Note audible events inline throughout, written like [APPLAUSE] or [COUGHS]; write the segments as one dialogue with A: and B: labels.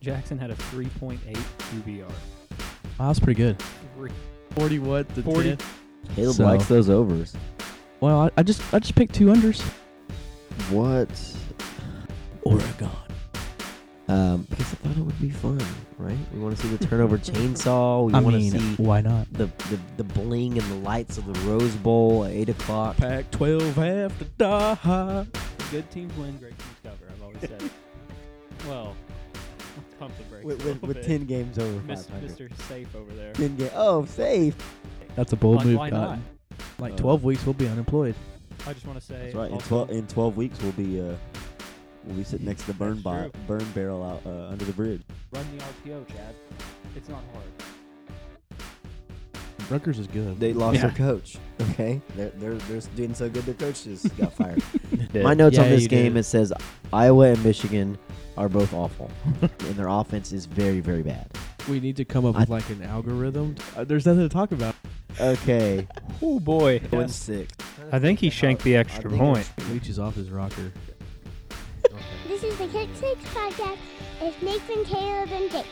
A: Jackson had a 3.8 QBR.
B: Wow, that's pretty good.
A: Three-
B: Forty what? The
A: 40.
C: Caleb
B: So-
C: likes those overs.
B: Well, I, I just I just picked two unders.
C: What?
B: Oregon.
C: Um, because I thought it would be fun, right? We want to see the [LAUGHS] turnover chainsaw. We
B: I
C: want
B: mean,
C: to see
B: why not?
C: the, the the bling and the lights of the Rose Bowl at eight o'clock.
B: Pack 12 have to die.
A: Good teams win, great teams cover. I've always [LAUGHS] said it. Well, pump the brakes.
C: With,
A: a
C: with,
A: little
C: with
A: bit.
C: ten games over
A: Mis-
C: 500.
A: Mr. Safe over there.
C: Ten game. Oh, safe.
B: That's a bold
A: Like,
B: move.
A: why
B: Cotton. Like
C: Uh,
B: 12 weeks, we'll be unemployed.
A: I just want to say.
C: That's right. In
A: also-
C: twelve in twelve weeks, we'll be uh, we'll be sitting next to the burn
A: That's
C: bo- burn barrel out uh, under the bridge.
A: Run the RPO, Chad. It's not hard.
C: [LAUGHS]
B: Rutgers is good.
C: They lost their
B: Yeah.
C: coach. Okay, they're they're they're doing so good. Their coach just got [LAUGHS] fired. My notes on
B: Yeah,
C: this
B: you
C: game
B: did.
C: it says Iowa and Michigan are both awful, and their offense is very very bad.
B: We need to come up
C: I-
B: with like an algorithm. Uh, there's nothing to talk about.
C: [LAUGHS] Okay,
A: [LAUGHS] Oh boy.
C: one six.
A: I think he shanked the extra point.
B: Leach is off his rocker.
D: This is the Kick Six podcast. It's Nathan, Caleb, and Dick.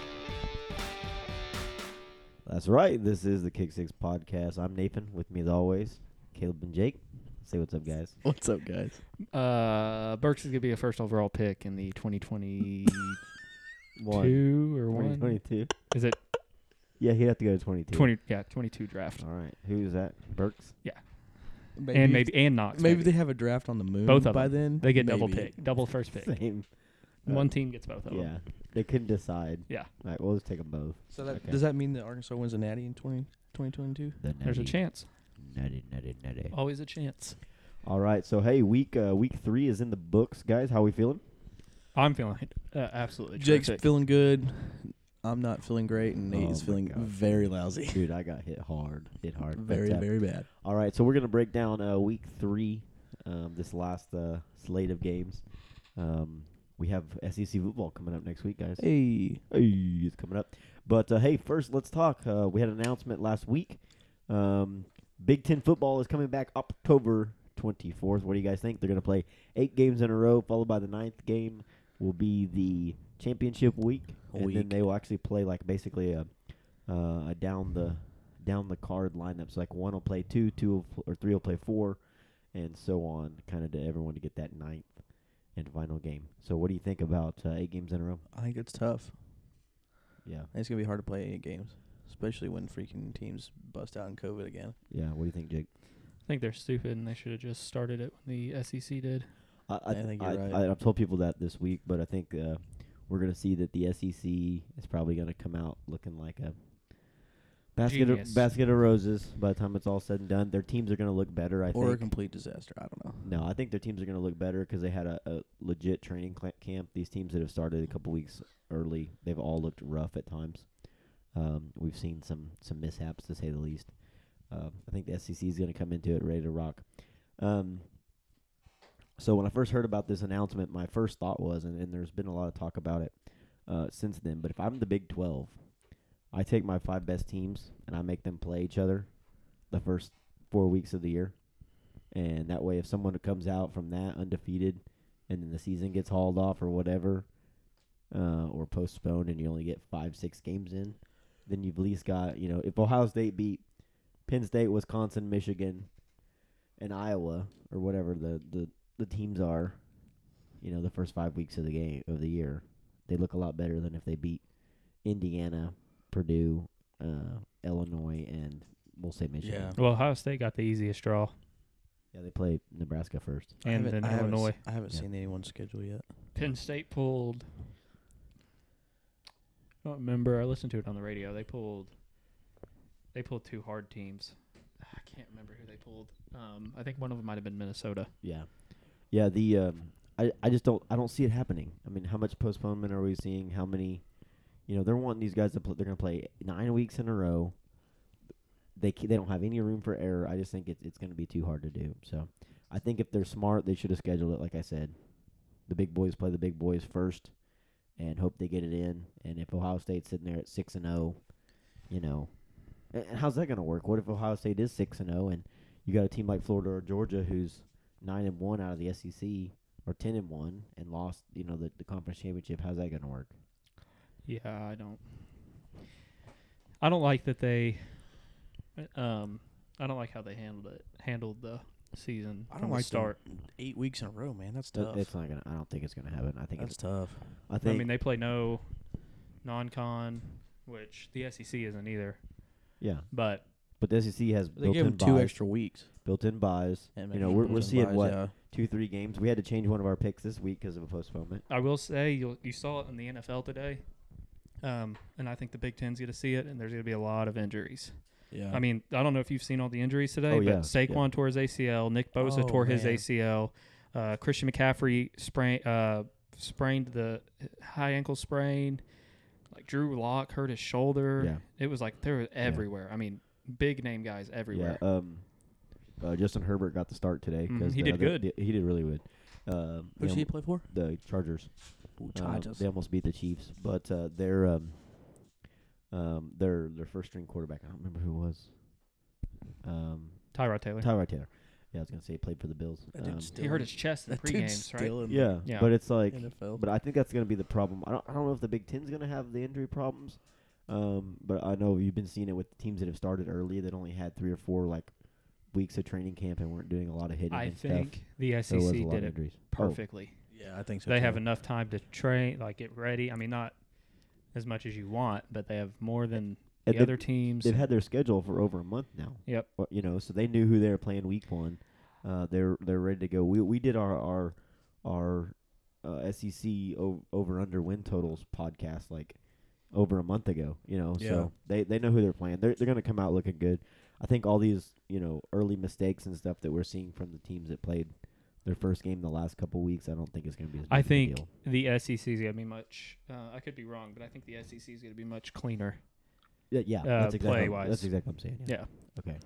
C: That's right. This is the Kick Six podcast. I'm Nathan. With me as always, Caleb and Jake. Say what's up, guys.
B: [LAUGHS] What's up, guys?
A: Uh, Burks is gonna be a first overall pick in the 2022
C: [LAUGHS] One.
A: or one.
C: 22.
A: Is it
C: Yeah, he'd have to go to 22.
A: 20? Yeah, 22 draft.
C: All right. Who's that? Burks?
B: Maybe,
A: and maybe and Knox.
B: Maybe they have a draft on the moon
A: Both of
B: by then.
A: they get double
B: Maybe.
A: pick, double first pick.
B: [LAUGHS]
C: Same. Uh,
A: One team gets both of them.
C: Yeah. They couldn't decide.
A: Yeah.
C: All right, we'll just take them both.
B: So that,
C: Okay.
B: does that mean that Arkansas wins a natty in 20, 2022?
A: There's a chance.
C: Nutty, nutty, nutty.
A: Always a chance.
C: All right. So, hey, week uh, week three is in the books, guys. How we feeling?
A: I'm feeling uh, absolutely.
B: Jake's
A: terrific.
B: feeling good. I'm not feeling great, and Nate
C: Oh
B: is
C: my
B: feeling
C: God.
B: very lousy.
C: Dude, I got hit hard. Hit hard. But,
B: Very,
C: uh,
B: very bad.
C: All right, so we're gonna break down uh, week three, um, this last uh, slate of games. Um, we have SEC football coming up next week, guys.
B: Hey.
C: Hey, it's coming up. But uh, hey, first let's talk. Uh, we had an announcement last week. Um, Big Ten football is coming back October 24th. What do you guys think? They're gonna play eight games in a row, followed by the ninth game will be the championship week, and then
B: Week.
C: they will actually play like basically a, uh, a down the down the card lineups. like one will play two, two will pl- or three will play four, and so on, kind of to everyone to get that ninth and final game. So what do you think about uh, eight games in a row?
B: I think it's tough.
C: Yeah.
B: And It's gonna be hard to play eight games, especially when freaking teams bust out in COVID again.
C: Yeah, what do you think, Jake?
A: I think they're stupid and they should have just started it when the SEC did.
C: I,
B: I think you're
C: I,
B: right.
C: I, I've told people that this week, but I think uh, we're going to see that the SEC is probably going to come out looking like a basket
A: Genius.
C: of, basket of roses by the time it's all said and done. Their teams are going to look better, I
B: or a
C: think.
B: complete disaster. I don't know.
C: No, I think their teams are going to look better because they had a, a legit training cla camp. These teams that have started a couple weeks early, they've all looked rough at times. Um, we've seen some some mishaps to say the least. Um, I think the SEC is going to come into it ready to rock. Um, so when I first heard about this announcement, my first thought was, and, and there's been a lot of talk about it uh, since then. But if I'm the Big Twelve, I take my five best teams and I make them play each other the first four weeks of the year. And that way, if someone comes out from that undefeated, and then the season gets hauled off or whatever, uh, or postponed, and you only get five, six games in, then you've at least got you know if Ohio State beat Penn State, Wisconsin, Michigan, and Iowa or whatever the the the teams are, you know the first five weeks of the game of the year, they look a lot better than if they beat Indiana, Purdue, uh, Illinois, and we'll say Michigan.
B: Yeah.
A: Well, Ohio State got the easiest draw,
C: Yeah, they play Nebraska first.
B: I
A: and
B: haven't-
A: then
B: I haven't s-
A: Illinois.
B: I haven't
C: Yeah.
B: seen anyone's schedule yet.
A: Penn State pulled. I don't remember. I listened to it on the radio. They pulled. They pulled two hard teams. Ah, I can't remember who they pulled. Um, I think one of them might have been Minnesota.
C: Yeah, yeah. The um, I I just don't I don't see it happening. I mean, how much postponement are we seeing? How many? You know, they're wanting these guys to play. They're going to play nine weeks in a row. They ca- they don't have any room for error. I just think it's it's going to be too hard to do. So, I think if they're smart, they should have scheduled it. Like I said, the big boys play the big boys first, and hope they get it in. And if Ohio State's sitting there at six and zero, you know, and, and how's that going to work? What if Ohio State is six and zero and you got a team like Florida or Georgia who's nine and one out of the E SEC or ten and one and lost, you know, the, the conference championship, how's that gonna work?
A: Yeah, I don't. I don't like that they. Um, I don't like how they handled it. Handled the season
B: I
A: from
B: don't
A: the
B: like them.
A: start.
B: Eight weeks in a row, man. That's
C: Th-
B: tough.
C: It's not gonna. I don't think it's gonna happen. I think
B: That's
C: it's.
B: tough.
C: I
A: I
C: think.
A: mean, they play no non-con, which the SEC isn't either.
C: yeah,
A: But
C: but the SEC has
B: They gave
C: built-in
B: them two
C: buys.
B: extra weeks.
C: Built-in buys.
B: And
C: You
B: maybe
C: know, we're we're
B: built-in
C: seeing
B: buys,
C: what
B: yeah.
C: two, three games. We had to change one of our picks this week because of a postponement.
A: I will say you you saw it in the NFL today, um, and I think the Big Ten's going to see it, and there's going to be a lot of injuries.
B: Yeah.
A: I mean, I don't know if you've seen all the injuries today,
C: Oh,
A: but
C: yeah,
A: Saquon
C: yeah.
A: tore his ACL, Nick Bosa
B: Oh,
A: tore his
B: man.
A: ACL, uh, Christian McCaffrey sprain uh, sprained the high ankle sprain, like Drew Lock hurt his shoulder.
C: Yeah.
A: It was like they were everywhere. I mean, big name guys everywhere.
C: Yeah. Um, uh, Justin Herbert got the start today
B: Mm-hmm.
A: Mhm,
C: because
A: he did good.
C: He did really good. Um, they
B: Who's he
C: almo-
B: play for?
C: The Chargers.
B: Ooh,
C: Um,
B: Chargers.
C: they almost beat the Chiefs, but uh, their um, um, their their first string quarterback. I don't remember who it was. Um,
A: Tyrod Taylor.
C: Tyrod Taylor. Yeah, I was gonna say he played for the Bills.
B: That dude's
C: Um,
B: still
A: he hurt
B: in-
A: his chest in
B: [LAUGHS] that
A: pre
B: dude's
A: games, right?
B: still in the
C: yeah,
A: Yeah.
C: but it's like,
B: NFL.
C: but I think that's gonna be the problem. I don't, I don't know if the Big Ten's gonna have the injury problems, um, but I know you've been seeing it with the teams that have started early that only had three or four like weeks of training camp and weren't doing a lot of hitting.
A: I
C: and
A: think the
C: stuff.
A: SEC
C: There was a lot
A: did
C: of
A: it
C: injuries. Oh,
A: perfectly.
B: yeah, I think so.
A: they
B: too.
A: have enough time to train, like get ready. I mean, not as much as you want, but they have more than
C: And
A: the
C: they-
A: other teams.
C: they've had their schedule for over a month now.
A: Yep.
C: Well, you know, so they knew who they were playing week one. Uh, they're they're ready to go. We we did our our our uh, SEC o- over under win totals podcast like over a month ago. You know,
B: Yeah.
C: so they they know who they're playing. They're they're gonna come out looking good. I think all these you know early mistakes and stuff that we're seeing from the teams that played their first game the last couple weeks, I don't think it's gonna be. As
A: I
C: big of a
A: think
C: deal.
A: the SEC is going to be much. Uh, I could be wrong, but I think the SEC is going to be much cleaner.
C: yeah, yeah
A: uh,
C: that's exactly
A: play-wise.
C: that's exactly what I'm saying.
A: Yeah.
C: Okay.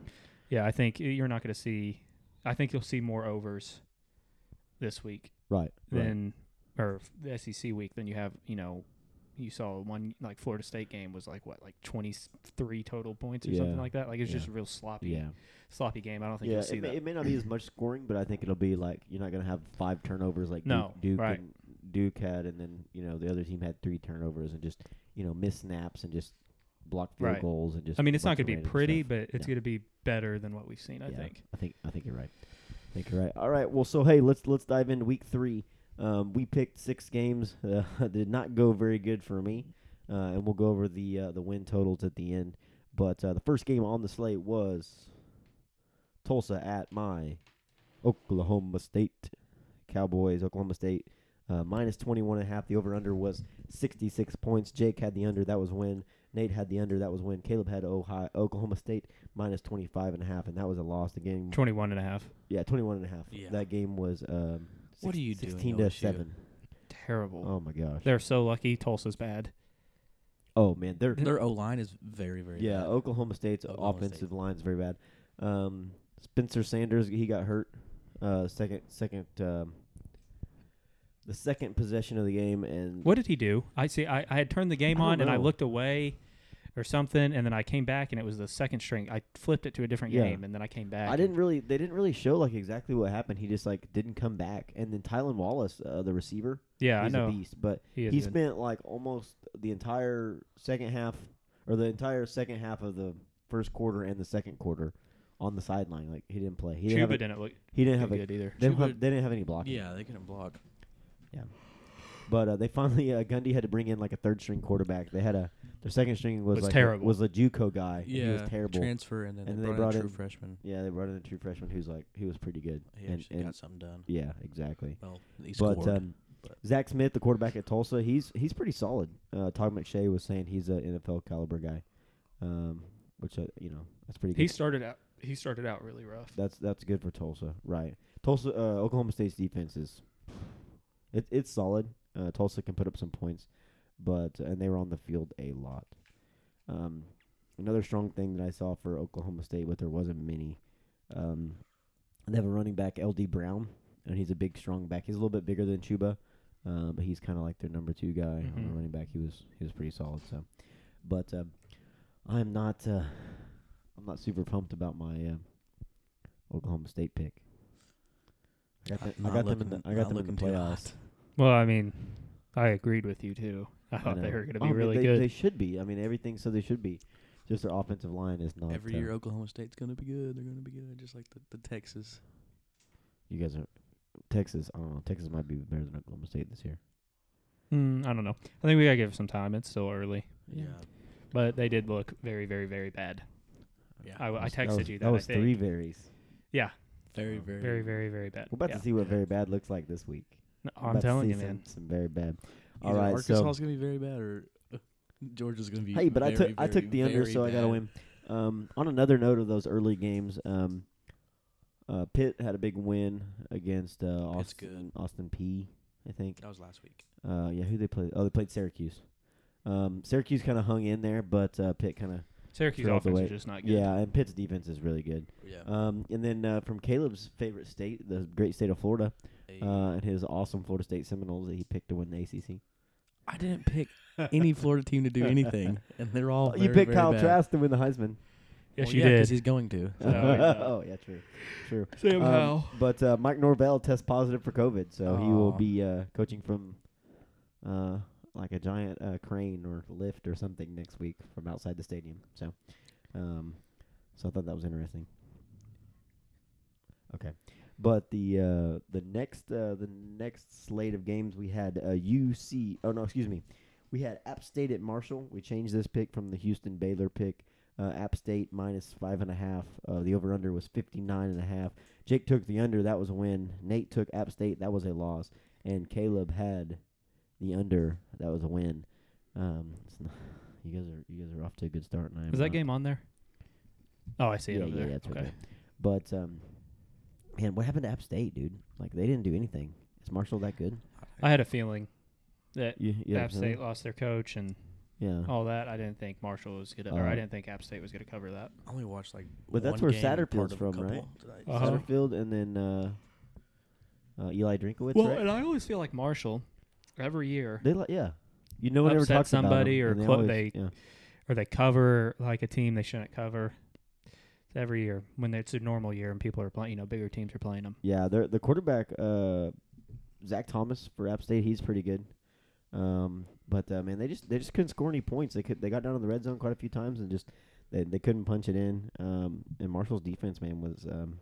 A: Yeah, I think you're not going to see. I think you'll see more overs this week
C: Right. right.
A: than or the SEC week than you have. You know, you saw one like Florida State game was like what like 23 total points or something
C: Yeah.
A: like that. Like it's
C: Yeah.
A: just a real sloppy,
C: yeah.
A: sloppy game. I don't think
C: Yeah,
A: you'll see
C: it,
A: that.
C: may, it may not be as much scoring, but I think it'll be like you're not gonna have five turnovers like
A: No,
C: Duke, Duke
A: right.
C: and Duke had, and then you know the other team had three turnovers and just you know miss snaps and just block field
A: Right.
C: goals and just.
A: I mean, it's
C: bunch
A: not going to
C: of
A: be
C: random
A: pretty,
C: stuff.
A: but it's
C: Yeah.
A: going to be better than what we've seen. I
C: Yeah,
A: think.
C: I think. I think you're right. I think you're right. All right. Well, so hey, let's let's dive into week three. Um, we picked six games. [LAUGHS] Uh, did not go very good for me, uh, and we'll go over the uh, the win totals at the end. But uh, the first game on the slate was Tulsa at my Oklahoma State Cowboys. Oklahoma State uh, minus 21 and a half. The over under was 66 points. Jake had the under. That was win. Nate had the under. That was win. Caleb had Ohio, Oklahoma State minus 25 and a half, and that was a loss. The game,
A: 21 and a half.
C: yeah, 21 and a half.
B: Yeah.
C: That game was um,
B: What
C: six-
B: are you doing,
C: 16 to
B: LSU?
C: 7.
A: Terrible.
C: Oh my gosh.
A: They're so lucky. Tulsa's bad.
C: oh man, they're
B: Their O line is very, very.
C: yeah.
B: bad.
C: Oklahoma State's
B: Oklahoma State.
C: offensive line's very bad. Um, Spencer Sanders, he got hurt. Uh, second, second, um, the second possession of the game, and
A: What did he do? I see. I, I had turned the game
C: I don't
A: on and I
C: know.
A: looked away or something, and then I came back and it was the second string. I flipped it to a different
C: Yeah.
A: game and then I came back.
C: I didn't really. They didn't really show like exactly what happened. He just like didn't come back. And then Tylen Wallace, uh, the receiver,
A: yeah, I
C: he's a
A: know.
C: beast. But
A: He
C: he,
A: is good.
C: spent like almost the entire second half, or the entire second half of the first quarter and the second quarter, on the sideline. Like he didn't play. He didn't
A: Chuba
C: have. A,
A: didn't look
C: he didn't have a.
A: good either.
C: They didn't
B: Chuba-
C: have, they didn't have any blocking.
B: Yeah, they couldn't block.
C: But uh, they finally uh, Gundy had to bring in like a third string quarterback. They had a their second string was,
A: Was
C: like
A: terrible.
C: A, was a JUCO guy. and
B: Yeah,
C: he was terrible.
B: Transfer and then
C: And
B: they,
C: then they
B: brought in a
C: brought
B: true
C: in-
B: freshman.
C: yeah, they brought in a true freshman who's like he was pretty good.
B: He
C: and,
B: actually
C: and-
B: got something done.
C: yeah, exactly.
B: Well, he scored.
C: But um,
B: but-
C: Zach Smith, the quarterback at Tulsa, he's he's pretty solid. Uh, Todd McShay was saying he's an NFL caliber guy, um, which uh, you know that's pretty good.
A: He started out. He started out really rough.
C: that's that's good for Tulsa, right? Tulsa, uh, Oklahoma State's defense is it, it's solid. Uh, Tulsa can put up some points, but and they were on the field a lot. Um, another strong thing that I saw for Oklahoma State, but there wasn't many. Um, they have a running back, LD Brown, and he's a big, strong back. He's a little bit bigger than Chuba, uh, but he's kind of like their number two guy on the
A: Mhm.
C: running back. He was he was pretty solid. So, but um, I'm not uh, I'm not super pumped about my uh, Oklahoma State pick. I got, them- I
B: Not
C: got them in
B: looking-
C: the I
B: not
C: got them in the
B: looking too
C: playoffs.
B: hot.
A: Well, I mean, I agreed with you too. [LAUGHS] I thought they
C: know.
A: were going to
C: Oh,
A: be
C: I mean,
A: really
C: they,
A: good.
C: They should be. I mean, everything said they should be. Just their offensive line is not.
B: Every
C: uh,
B: year Oklahoma State's gonna be good. They're gonna be good, just like the, the Texas.
C: you guys are Texas. I don't know. Texas might be better than Oklahoma State this year.
A: Mm, I don't know. I think we got to give it some time. It's still early,
B: Yeah.
A: but they did look very, very, very bad.
B: Yeah.
A: I, I
C: was-
A: texted
C: was-
A: you that.
C: That was
A: I think.
C: three varies.
A: Yeah,
B: Very, very,
A: very, very, very bad.
C: We're about
A: yeah.
C: to see what very bad looks like this week.
A: No,
C: We're
A: I'm
C: about to
A: telling
C: see
A: you,
C: some-
A: man.
C: Some, very bad. All
B: Either
C: right,
B: Arkansas's
C: so
B: gonna be very bad, or uh, Georgia's gonna be.
C: hey, but I
B: very,
C: took I
B: very,
C: took the under,
B: very
C: so I got to
B: bad.
C: win. Um, on another note of those early games, um, uh, Pitt had a big win against uh,
B: Pitt's
C: Austin, Austin P. I think.
B: That was last week.
C: Uh, yeah, who they played? Oh, they played Syracuse. Um, Syracuse kind of hung in there, but uh, Pitt kind of
A: Syracuse
C: Throughout the
A: offense
C: way-
A: is just not good.
C: yeah, and Pitt's defense is really good.
B: Yeah.
C: Um, and then uh, from Caleb's favorite state, the great state of Florida,
B: Hey.
C: uh, and his awesome Florida State Seminoles that he picked to win the ACC.
B: I didn't
A: [LAUGHS]
B: pick any Florida team to do anything, and they're all.
C: Oh, you
B: very,
C: picked
B: very
C: Kyle
B: bad.
C: Trask to win the Heisman.
A: Yes,
B: Well,
A: you
B: yeah, 'cause
A: did.
B: He's going to.
A: So, yeah.
C: [LAUGHS] oh yeah, true, true.
A: Sam
C: Um, but uh, Mike Norvell tests positive for COVID, so he will
B: Aw.
C: be uh, coaching from uh, like a giant uh, crane or lift or something next week from outside the stadium. So, um, so I thought that was interesting. Okay, but the uh, the next uh, the next slate of games we had uh, UC. Oh no, excuse me. We had App State at Marshall. We changed this pick from the Houston Baylor pick. Uh, App State minus five and a half. Uh, the over under was fifty nine and a half. Jake took the under. That was a win. Nate took App State. That was a loss. And Caleb had the under. That was a win. Um, it's not, [LAUGHS] you guys are you guys are off to a good start. And I am
A: Is that
C: not.
A: game on there? Oh, I see
C: yeah,
A: it over
C: yeah,
A: there.
C: yeah, it's right
A: okay.
C: there. But um, man, what happened to App State, dude? Like they didn't do anything. Is Marshall that good?
A: I had a feeling that
C: Yeah,
A: App State lost their coach and
C: Yeah.
A: all that. I didn't think Marshall was gonna, or
C: Uh,
A: I didn't think App State was gonna cover that.
B: I only watched like.
C: But that's
B: one
C: where
B: game and
C: Satterfield's
B: part of a
C: from,
B: couple
C: right?
B: tonight.
A: Uh-huh.
B: Satter-
C: Satterfield and then uh, uh, Eli Drinkowitz,
A: well,
C: right?
A: and I always feel like Marshall every year,
C: They li- yeah. You no one ever
A: Upset
C: talks
A: somebody or
C: about 'em, and they
A: clo-
C: always-
A: they-
C: yeah.
A: or they cover like a team they shouldn't cover. It's every year when it's a normal year and people are playing, you know, bigger teams are playing them.
C: Yeah, their the quarterback, uh, Zach Thomas for App State, he's pretty good. Um, but uh, man, they just they just couldn't score any points. They could they got down in the red zone quite a few times and just they, they couldn't punch it in. Um, and Marshall's defense, man, was um,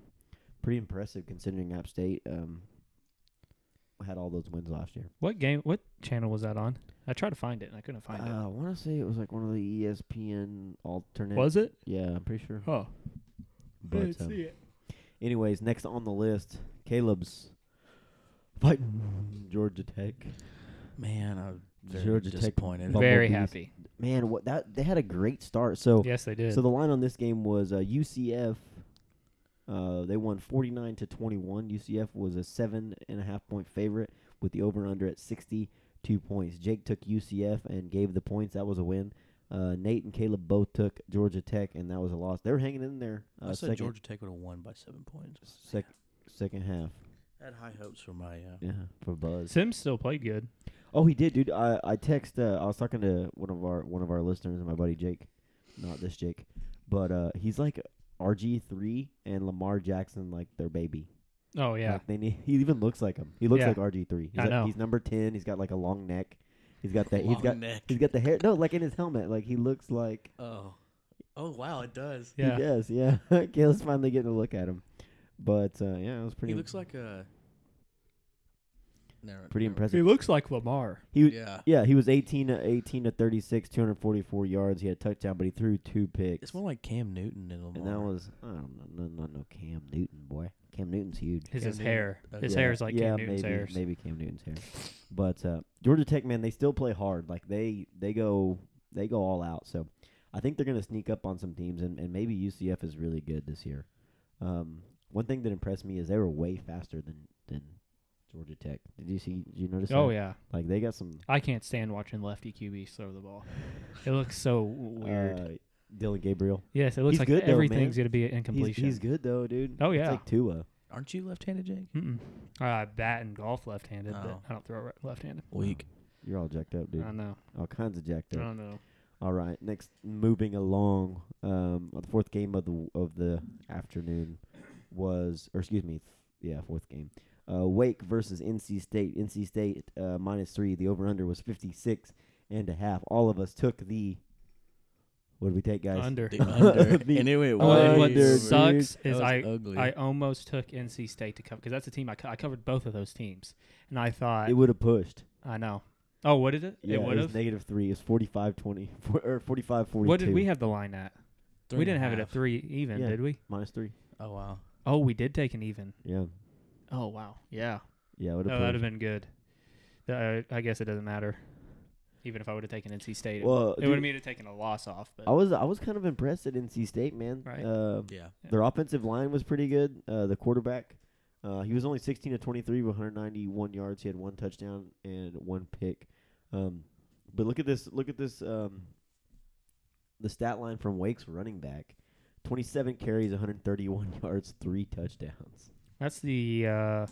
C: pretty impressive considering App State um, had all those wins last year.
A: What game? What channel was that on? I tried to find it and I couldn't find
C: Uh, I want to say it was like one of the E ESPN alternate.
A: it. Was it?
C: Yeah, I'm pretty sure.
A: Oh,
C: But, um,
A: it.
C: Anyways, next on the list, Caleb's fighting Georgia Tech.
B: Man, I'm very
C: Georgia Tech
B: disappointed.
C: bump-
A: Very
C: Bumblebees.
A: happy.
C: Man, what that they had a great start. So
A: Yes, they did.
C: so the line on this game was uh, UCF. Uh, they won forty nine to twenty one. UCF was a seven and a half point favorite with the over under at sixty two points. Jake took UCF and gave the points. That was a win. Uh, Nate and Caleb both took Georgia Tech, and that was a loss. They were hanging in there. Uh,
B: I said
C: second,
B: Georgia Tech would have won by seven points.
C: sec- second half.
B: I had high hopes for my. Uh,
C: Yeah, for Buzz.
A: Sims still played good.
C: Oh, he did, dude. I I text. Uh, I was talking to one of our one of our listeners, my buddy Jake, not this Jake, but uh, he's like RG three and Lamar Jackson, like their baby.
A: Oh yeah,
C: Like, they need, he even looks like him. He looks
A: Yeah.
C: like RG three.
A: I
C: like,
A: know.
C: He's number ten. He's got like a long neck. He's got that. he's
B: long
C: got.
B: neck.
C: He's got the hair. No, like in his helmet. Like he looks like.
B: Oh, oh wow, it does.
A: yeah.
C: He does. Yeah. [LAUGHS] Caleb's finally getting a look at him, but uh, yeah, it was pretty.
B: He looks like a. Never,
C: pretty
B: never-
C: impressive.
A: He looks like Lamar.
C: He was-
B: Yeah,
C: yeah, he was 18 to 18 to 36, 244 yards. He had a touchdown, but he threw two picks.
B: it's more like Cam Newton and Lamar.
C: And that was I don't know, no, not no Cam Newton boy. Cam Newton's huge.
A: His,
B: Cam
A: his
B: Newton.
A: hair.
B: Okay.
A: His
C: Yeah,
A: hair is like
C: yeah,
A: Cam Newton's
C: maybe,
A: hair.
C: Maybe Cam Newton's hair. But uh, Georgia Tech, man, they still play hard. Like they they go they go all out. So I think they're gonna sneak up on some teams, and, and maybe UCF is really good this year. Um, one thing that impressed me is they were way faster than than Georgia Tech. Did you see? Did you notice?
A: Oh
C: that?
A: yeah,
C: Like they got some
A: I can't stand watching lefty QBs throw the [LAUGHS] ball. It looks so weird.
C: Uh, Dylan Gabriel.
A: yes, it looks
C: he's
A: like
C: good though, man.
A: everything's gonna be an
C: He's,
A: incompletion.
C: he's good though, dude.
A: Oh,
C: It's
A: yeah.
C: like Tua.
B: Aren't you left-handed, Jake?
A: Mm-mm. I bat and golf left-handed, but
B: Oh.
A: I don't throw right- left-handed.
C: [LAUGHS]
B: Weak.
C: You're all jacked up, dude.
A: I know.
C: all kinds of jacked
A: I
C: up.
A: don't know.
C: All right, next moving along, um, the fourth game of the of the afternoon was, or excuse me, th- yeah, fourth game Uh, Wake versus NC State. NC State uh, minus three. The over under was 56 and a half. All of us took the. What did we take, guys?
A: Under.
B: The under.
C: [LAUGHS] The
B: anyway,
A: Oh, and what
C: Under, dude.
A: sucks is
B: was
A: I
B: ugly.
A: I almost took NC State to cover because that's a team I, co- I covered both of those teams and I thought
C: It would have pushed.
A: I know. Oh, what did it?
C: Yeah,
A: it would have.
C: negative three. It's 45 20. For, or 45 42.
A: What did we have the line at? we didn't have it at three even,
C: Yeah.
A: did we?
C: Minus three.
B: Oh wow.
A: Oh, we did take an even.
C: Yeah.
A: Oh wow, yeah.
C: Yeah, would
A: Oh,
C: have
A: that'd have been good. Uh, I guess it doesn't matter. Even if I would have taken NC State, it
C: Well,
A: it would have
C: dude,
A: mean have taken a loss off. But
C: I was I was kind of impressed at NC State, man.
A: Right.
C: Uh,
B: Yeah.
C: Their offensive line was pretty good. Uh, the quarterback, uh, he was only 16 to 23 with 191 yards. He had one touchdown and one pick. Um, but look at this. Look at this. Um, the stat line from Wake's running back: 27 carries, 131 [LAUGHS] yards, three touchdowns.
A: that's the uh,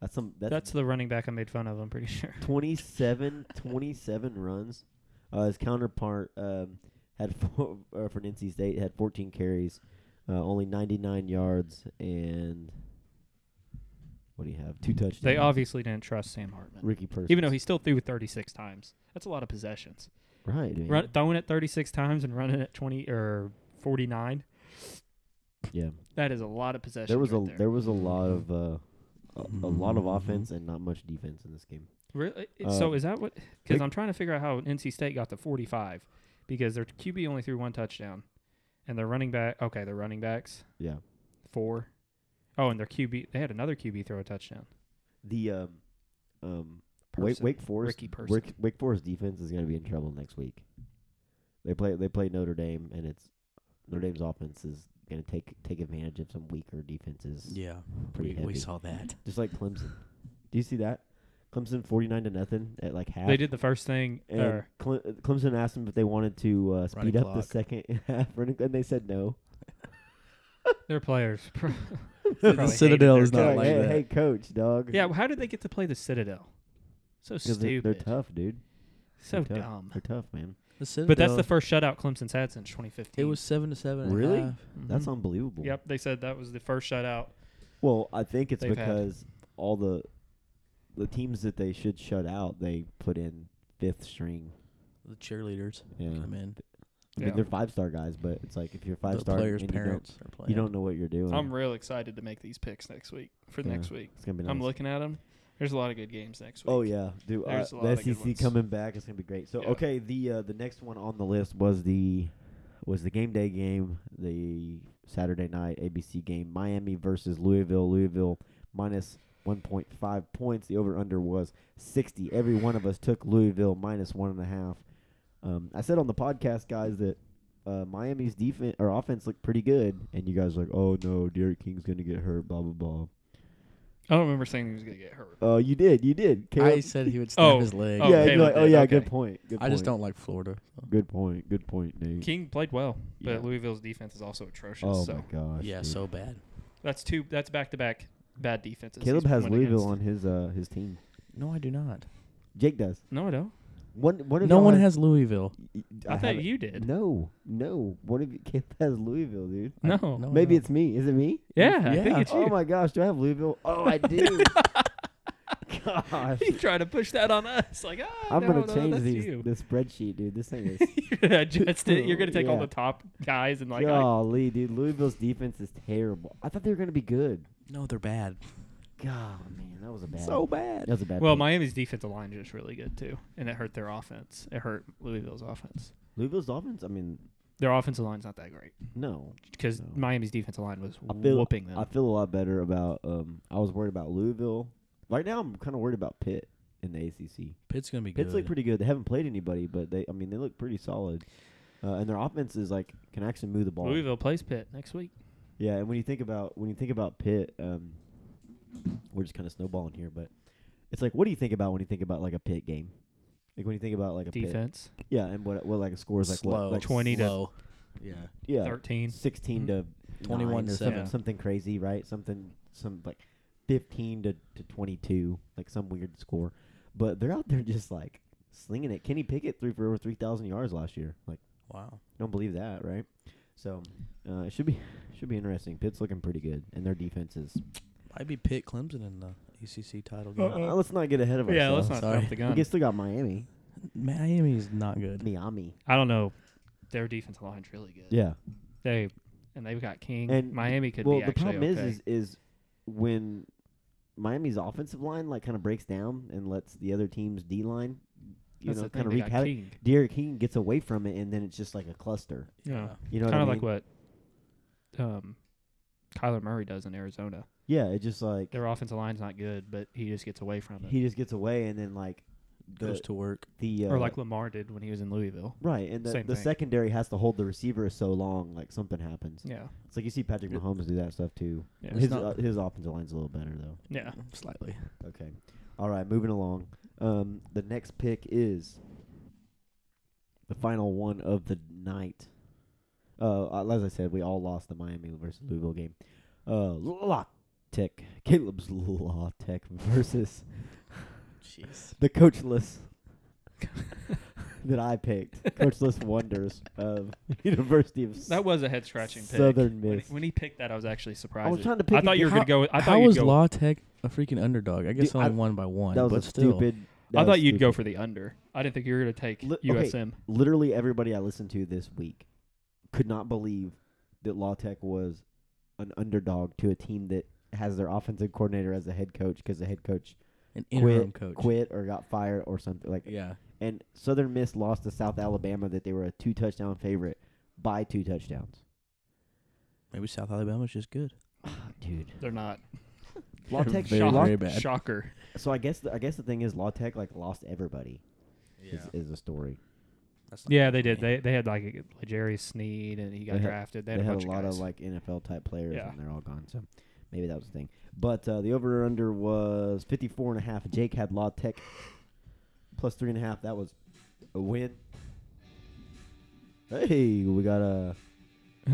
C: That's some.
A: that's,
C: That's,
A: the running back I made fun of. I'm pretty [LAUGHS] sure.
C: 27, 27 runs. Uh, his counterpart um, had [LAUGHS] four, uh, for NC State had 14 carries, uh, only 99 yards, and what do you have? Two touchdowns.
A: They obviously didn't trust Sam Hartman,
C: Ricky Percy.
A: even though he still threw 36 times. That's a lot of possessions.
C: right, man.
A: Run, throwing it 36 times and running it 20 or 49.
C: yeah,
A: That is a lot of possessions.
C: there was
A: right
C: a
A: there.
C: there was a lot of uh, a, a lot of offense and not much defense in this game.
A: Really? It-
C: Uh,
A: so is that what? Because
C: Rick-
A: I'm trying to figure out how NC State got to 45, because their QB only threw one touchdown, and their running back. Okay, their running backs
C: Yeah,
A: four. Oh, and their QB. They had another QB throw a touchdown.
C: the um, um, Wake,
A: Person.
C: Wake Forest
A: Ricky Person.
C: Wake, Wake Forest defense is going to be in trouble next week. They play they play Notre Dame, and it's Notre Dame's offense is going to take take advantage of some weaker defenses.
B: Yeah. We,
C: Pretty
B: we
C: heavy.
B: saw
C: [LAUGHS]
B: that.
C: Just like Clemson. Do you see that? Clemson forty nine to nothing at like half.
A: They did the first thing. uh,
C: And
A: or-
C: Cle- Clemson asked them if they wanted to uh,
B: Running
C: speed up the
B: clock.
C: second [LAUGHS] half, running- and they said no.
A: their players. [LAUGHS] pro-
B: the
A: probably
B: Citadel
A: hated
B: is
A: their
B: not
C: They're
B: like
C: hey,
B: that.
C: hey, coach, dog.
A: yeah. How did they get to play the Citadel? So
C: because they're,
A: stupid.
C: they're tough, dude.
A: So
C: They're tough.
A: dumb. Mm-hmm.
C: They're tough, man.
A: But
B: The
A: that's
B: Citadel,
A: the first shutout Clemson's had since 2015.
B: It was seven to seven. and a
C: Really?
B: half.
C: That's
A: Mhm.
C: unbelievable.
A: Yep, they said that was the first shutout.
C: Well, I think it's
A: They've had.
C: because all the the teams that they should shut out, they put in fifth string.
B: The cheerleaders
C: Yeah, I
B: come
C: mean,
B: in.
A: Yeah.
C: they're five star guys, but it's like if you're five
B: the
C: star,
B: players'
C: and you don't,
B: parents are playing.
C: you don't know what you're doing.
A: I'm real excited to make these picks next week for
C: Yeah.
A: next week.
C: it's gonna be nice.
A: I'm looking at them. There's a lot of good games next week.
C: Oh yeah, dude. Uh,
A: There's a lot of
C: the
A: good
C: SEC
A: ones.
C: coming back is gonna be great. So
A: Yeah.
C: okay, the uh, the next one on the list was the was the game day game, the Saturday night ABC game, Miami versus Louisville. Louisville minus one point five points. The over under was sixty. Every one of us took Louisville minus one and a half. Um, I said on the podcast, guys, that uh, Miami's defense or offense looked pretty good, and you guys were like, oh no, Derek King's gonna get hurt, blah blah blah.
A: I don't remember saying he was gonna get hurt.
C: Oh, you did, you did. Caleb-
B: I said he would snap
A: Oh,
B: his leg.
A: oh,
C: yeah, you're
A: Caleb
C: like, oh
A: did,
C: yeah,
A: okay.
C: good point. Good
B: I just
C: point.
B: don't like Florida. so.
C: Good point. Good point, Nate.
A: King played well, but
C: Yeah.
A: Louisville's defense is also atrocious.
C: oh
A: so
C: my gosh.
B: Yeah,
C: dude.
B: so bad.
A: that's two. That's back to back bad defenses.
C: Caleb
A: he's
C: has
A: went
C: Louisville
A: against.
C: on his uh his team.
B: No, I do not.
C: Jake does.
A: No, I don't.
C: One one of
B: No
C: y'all
B: one
C: has.
B: has Louisville.
C: y-
A: I, thought
C: haven't-
A: you did.
C: No, no. One of you, [LAUGHS] Caleb has Louisville, dude.
B: I-
A: Oh, No.
B: no, I
C: Maybe
B: don't.
C: it's me. Is it me?
A: Yeah, I
B: Yeah.
A: think it's you.
C: Oh
A: [LAUGHS]
C: my gosh, do I have Louisville? Oh, I do.
A: [LAUGHS]
C: gosh,
A: he tried to push that on us. Like, ah,
C: I'm
A: no,
C: gonna
A: no,
C: change
A: that's
C: these
A: you. Oh
C: this spreadsheet, dude. This
A: [LAUGHS]
C: thing is.
A: Adjust it. You're gonna take all
C: Yeah.
A: the top guys and like. I,
C: golly, dude. Louisville's defense is terrible. I thought they were gonna be good.
B: No, they're bad.
C: God, man, that was a bad.
B: So
C: that
B: bad.
C: was a bad.
A: well,
C: pick.
A: Miami's defensive line is just really good too, and it hurt their offense. It hurt Louisville's offense.
C: Louisville's offense. I mean,
A: Their offensive line's not that great
C: no,
A: because
C: No.
A: Miami's defensive line was
C: I feel-
A: whooping them.
C: I feel a lot better about. Um, I was worried about Louisville. Right now, I'm kind of worried about Pitt in the ACC.
B: Pitt's gonna be
C: Pitt's
B: good.
C: look pretty good. They haven't played anybody, but they. I mean, they look pretty solid. Uh, and their offense is like can actually move the ball.
A: Louisville plays Pitt next week.
C: Yeah, and when you think about when you think about Pitt, um, we're just kind of snowballing here, but it's like, what do you think about when you think about like a Pitt game? Like when you think about like a Pitt,
A: Defense
C: yeah, and what what like a score is like
B: slow.
C: what like
A: 20 to-
B: slow. Yeah.
C: yeah,
A: thirteen.
C: 16
A: Mhm.
C: to
B: 21
C: nine
B: to
C: or
B: seven.
C: something, something crazy, right? Something some like 15 to, to 22, like some weird score. But they're out there just like slinging it. Kenny Pickett threw for over 3,000 yards last year. Like
B: Wow.
C: don't believe that, [LAUGHS] right? So, uh, it should be should be interesting. Pitt's looking pretty good and their defense is
B: Might be Pitt Clemson in the ACC title game.
A: Uh-uh.
C: Uh, let's not get ahead of
A: yeah,
C: ourselves.
A: let's not
B: Sorry.
A: jump the gun.
C: We can still got Miami.
B: Miami's not good.
C: Miami.
A: I don't know. Their defensive line's really good.
C: Yeah.
A: They and they've got King.
C: And-
A: Miami could
C: well,
A: be
C: the
A: actually
C: problem is,
A: okay.
C: is is when Miami's offensive line like kind of breaks down and lets the other team's D line, you
A: That's
C: know,
A: the thing,
C: kind of
A: they
C: wreak
A: got
C: havoc.
A: King.
C: Derrick King gets away from it, and then it's just like a cluster.
A: Yeah.
C: You know,
A: kind of
C: what I
A: like
C: mean?
A: what um, Kyler Murray does in Arizona.
C: Yeah, it just like
A: Their offensive line's not good, but he just gets away from it.
C: he just gets away, and then like
B: Goes
C: the
B: to work.
C: the uh,
A: or like Lamar did when he was in Louisville.
C: right, and the,
A: Same
C: the
A: thing.
C: secondary has to hold the receiver so long, like something happens.
A: Yeah.
C: It's like you see Patrick Mahomes do that stuff too.
A: Yeah.
C: his
B: not-
C: uh, his offensive line's a little better though. [LAUGHS]
A: Yeah.
B: Slightly.
C: Okay. All right, moving along. Um, the next pick is the final one of the night. Uh, uh, as I said, we all lost the Miami versus Louisville game. Uh, La Tech, Caleb's La Tech versus
B: Jeez.
C: the coachless that
A: [LAUGHS]
C: I picked, coachless wonders of University of. S-
A: That was a head scratching pick.
C: Southern
A: When,
C: Miss.
A: he- when he picked that, I was actually surprised.
C: I was
A: it-
C: trying to pick.
A: I thought
C: a-
A: you were
B: How-
A: gonna go. With, I thought
B: How
A: you'd
B: is
A: go.
B: Law Tech a freaking underdog? I guess
C: Dude, I-
B: only won by one.
C: That was
B: but
C: a
B: still.
C: stupid. that
A: I
C: was
A: thought you'd
C: stupid.
A: go for the under. I didn't think you were gonna take
C: Li- okay.
A: USM.
C: literally everybody I listened to this week could not believe that La Tech was an underdog to a team that has their offensive coordinator as a head coach because the head coach
B: An interim
C: quit,
B: coach.
C: quit or got fired or something like.
B: Yeah.
C: And Southern Miss lost to South Alabama that they were a two touchdown favorite by two touchdowns.
B: [SIGHS] Maybe South Alabama's just good.
C: Dude,
A: They're not.
C: La
B: They're
C: Tech
B: [LAUGHS] very,
C: shocked.
B: very bad.
A: Shocker.
C: So I guess the, I guess the thing is La Tech like lost everybody. Is, is the story.
B: That's not
A: Yeah,
B: good
A: they
B: for
A: did.
B: me.
A: They they had like a, Jerry Sneed, and he got
C: They had-
A: drafted. They
C: They
A: had,
C: had,
A: a bunch
C: a lot
A: guys.
C: of like NFL type players,
A: Yeah.
C: and they're all gone. So maybe that was the thing. But uh, the over under was 54 and a half. Jake had La Tech plus three and a half. That was a win. Hey, we got a. [LAUGHS]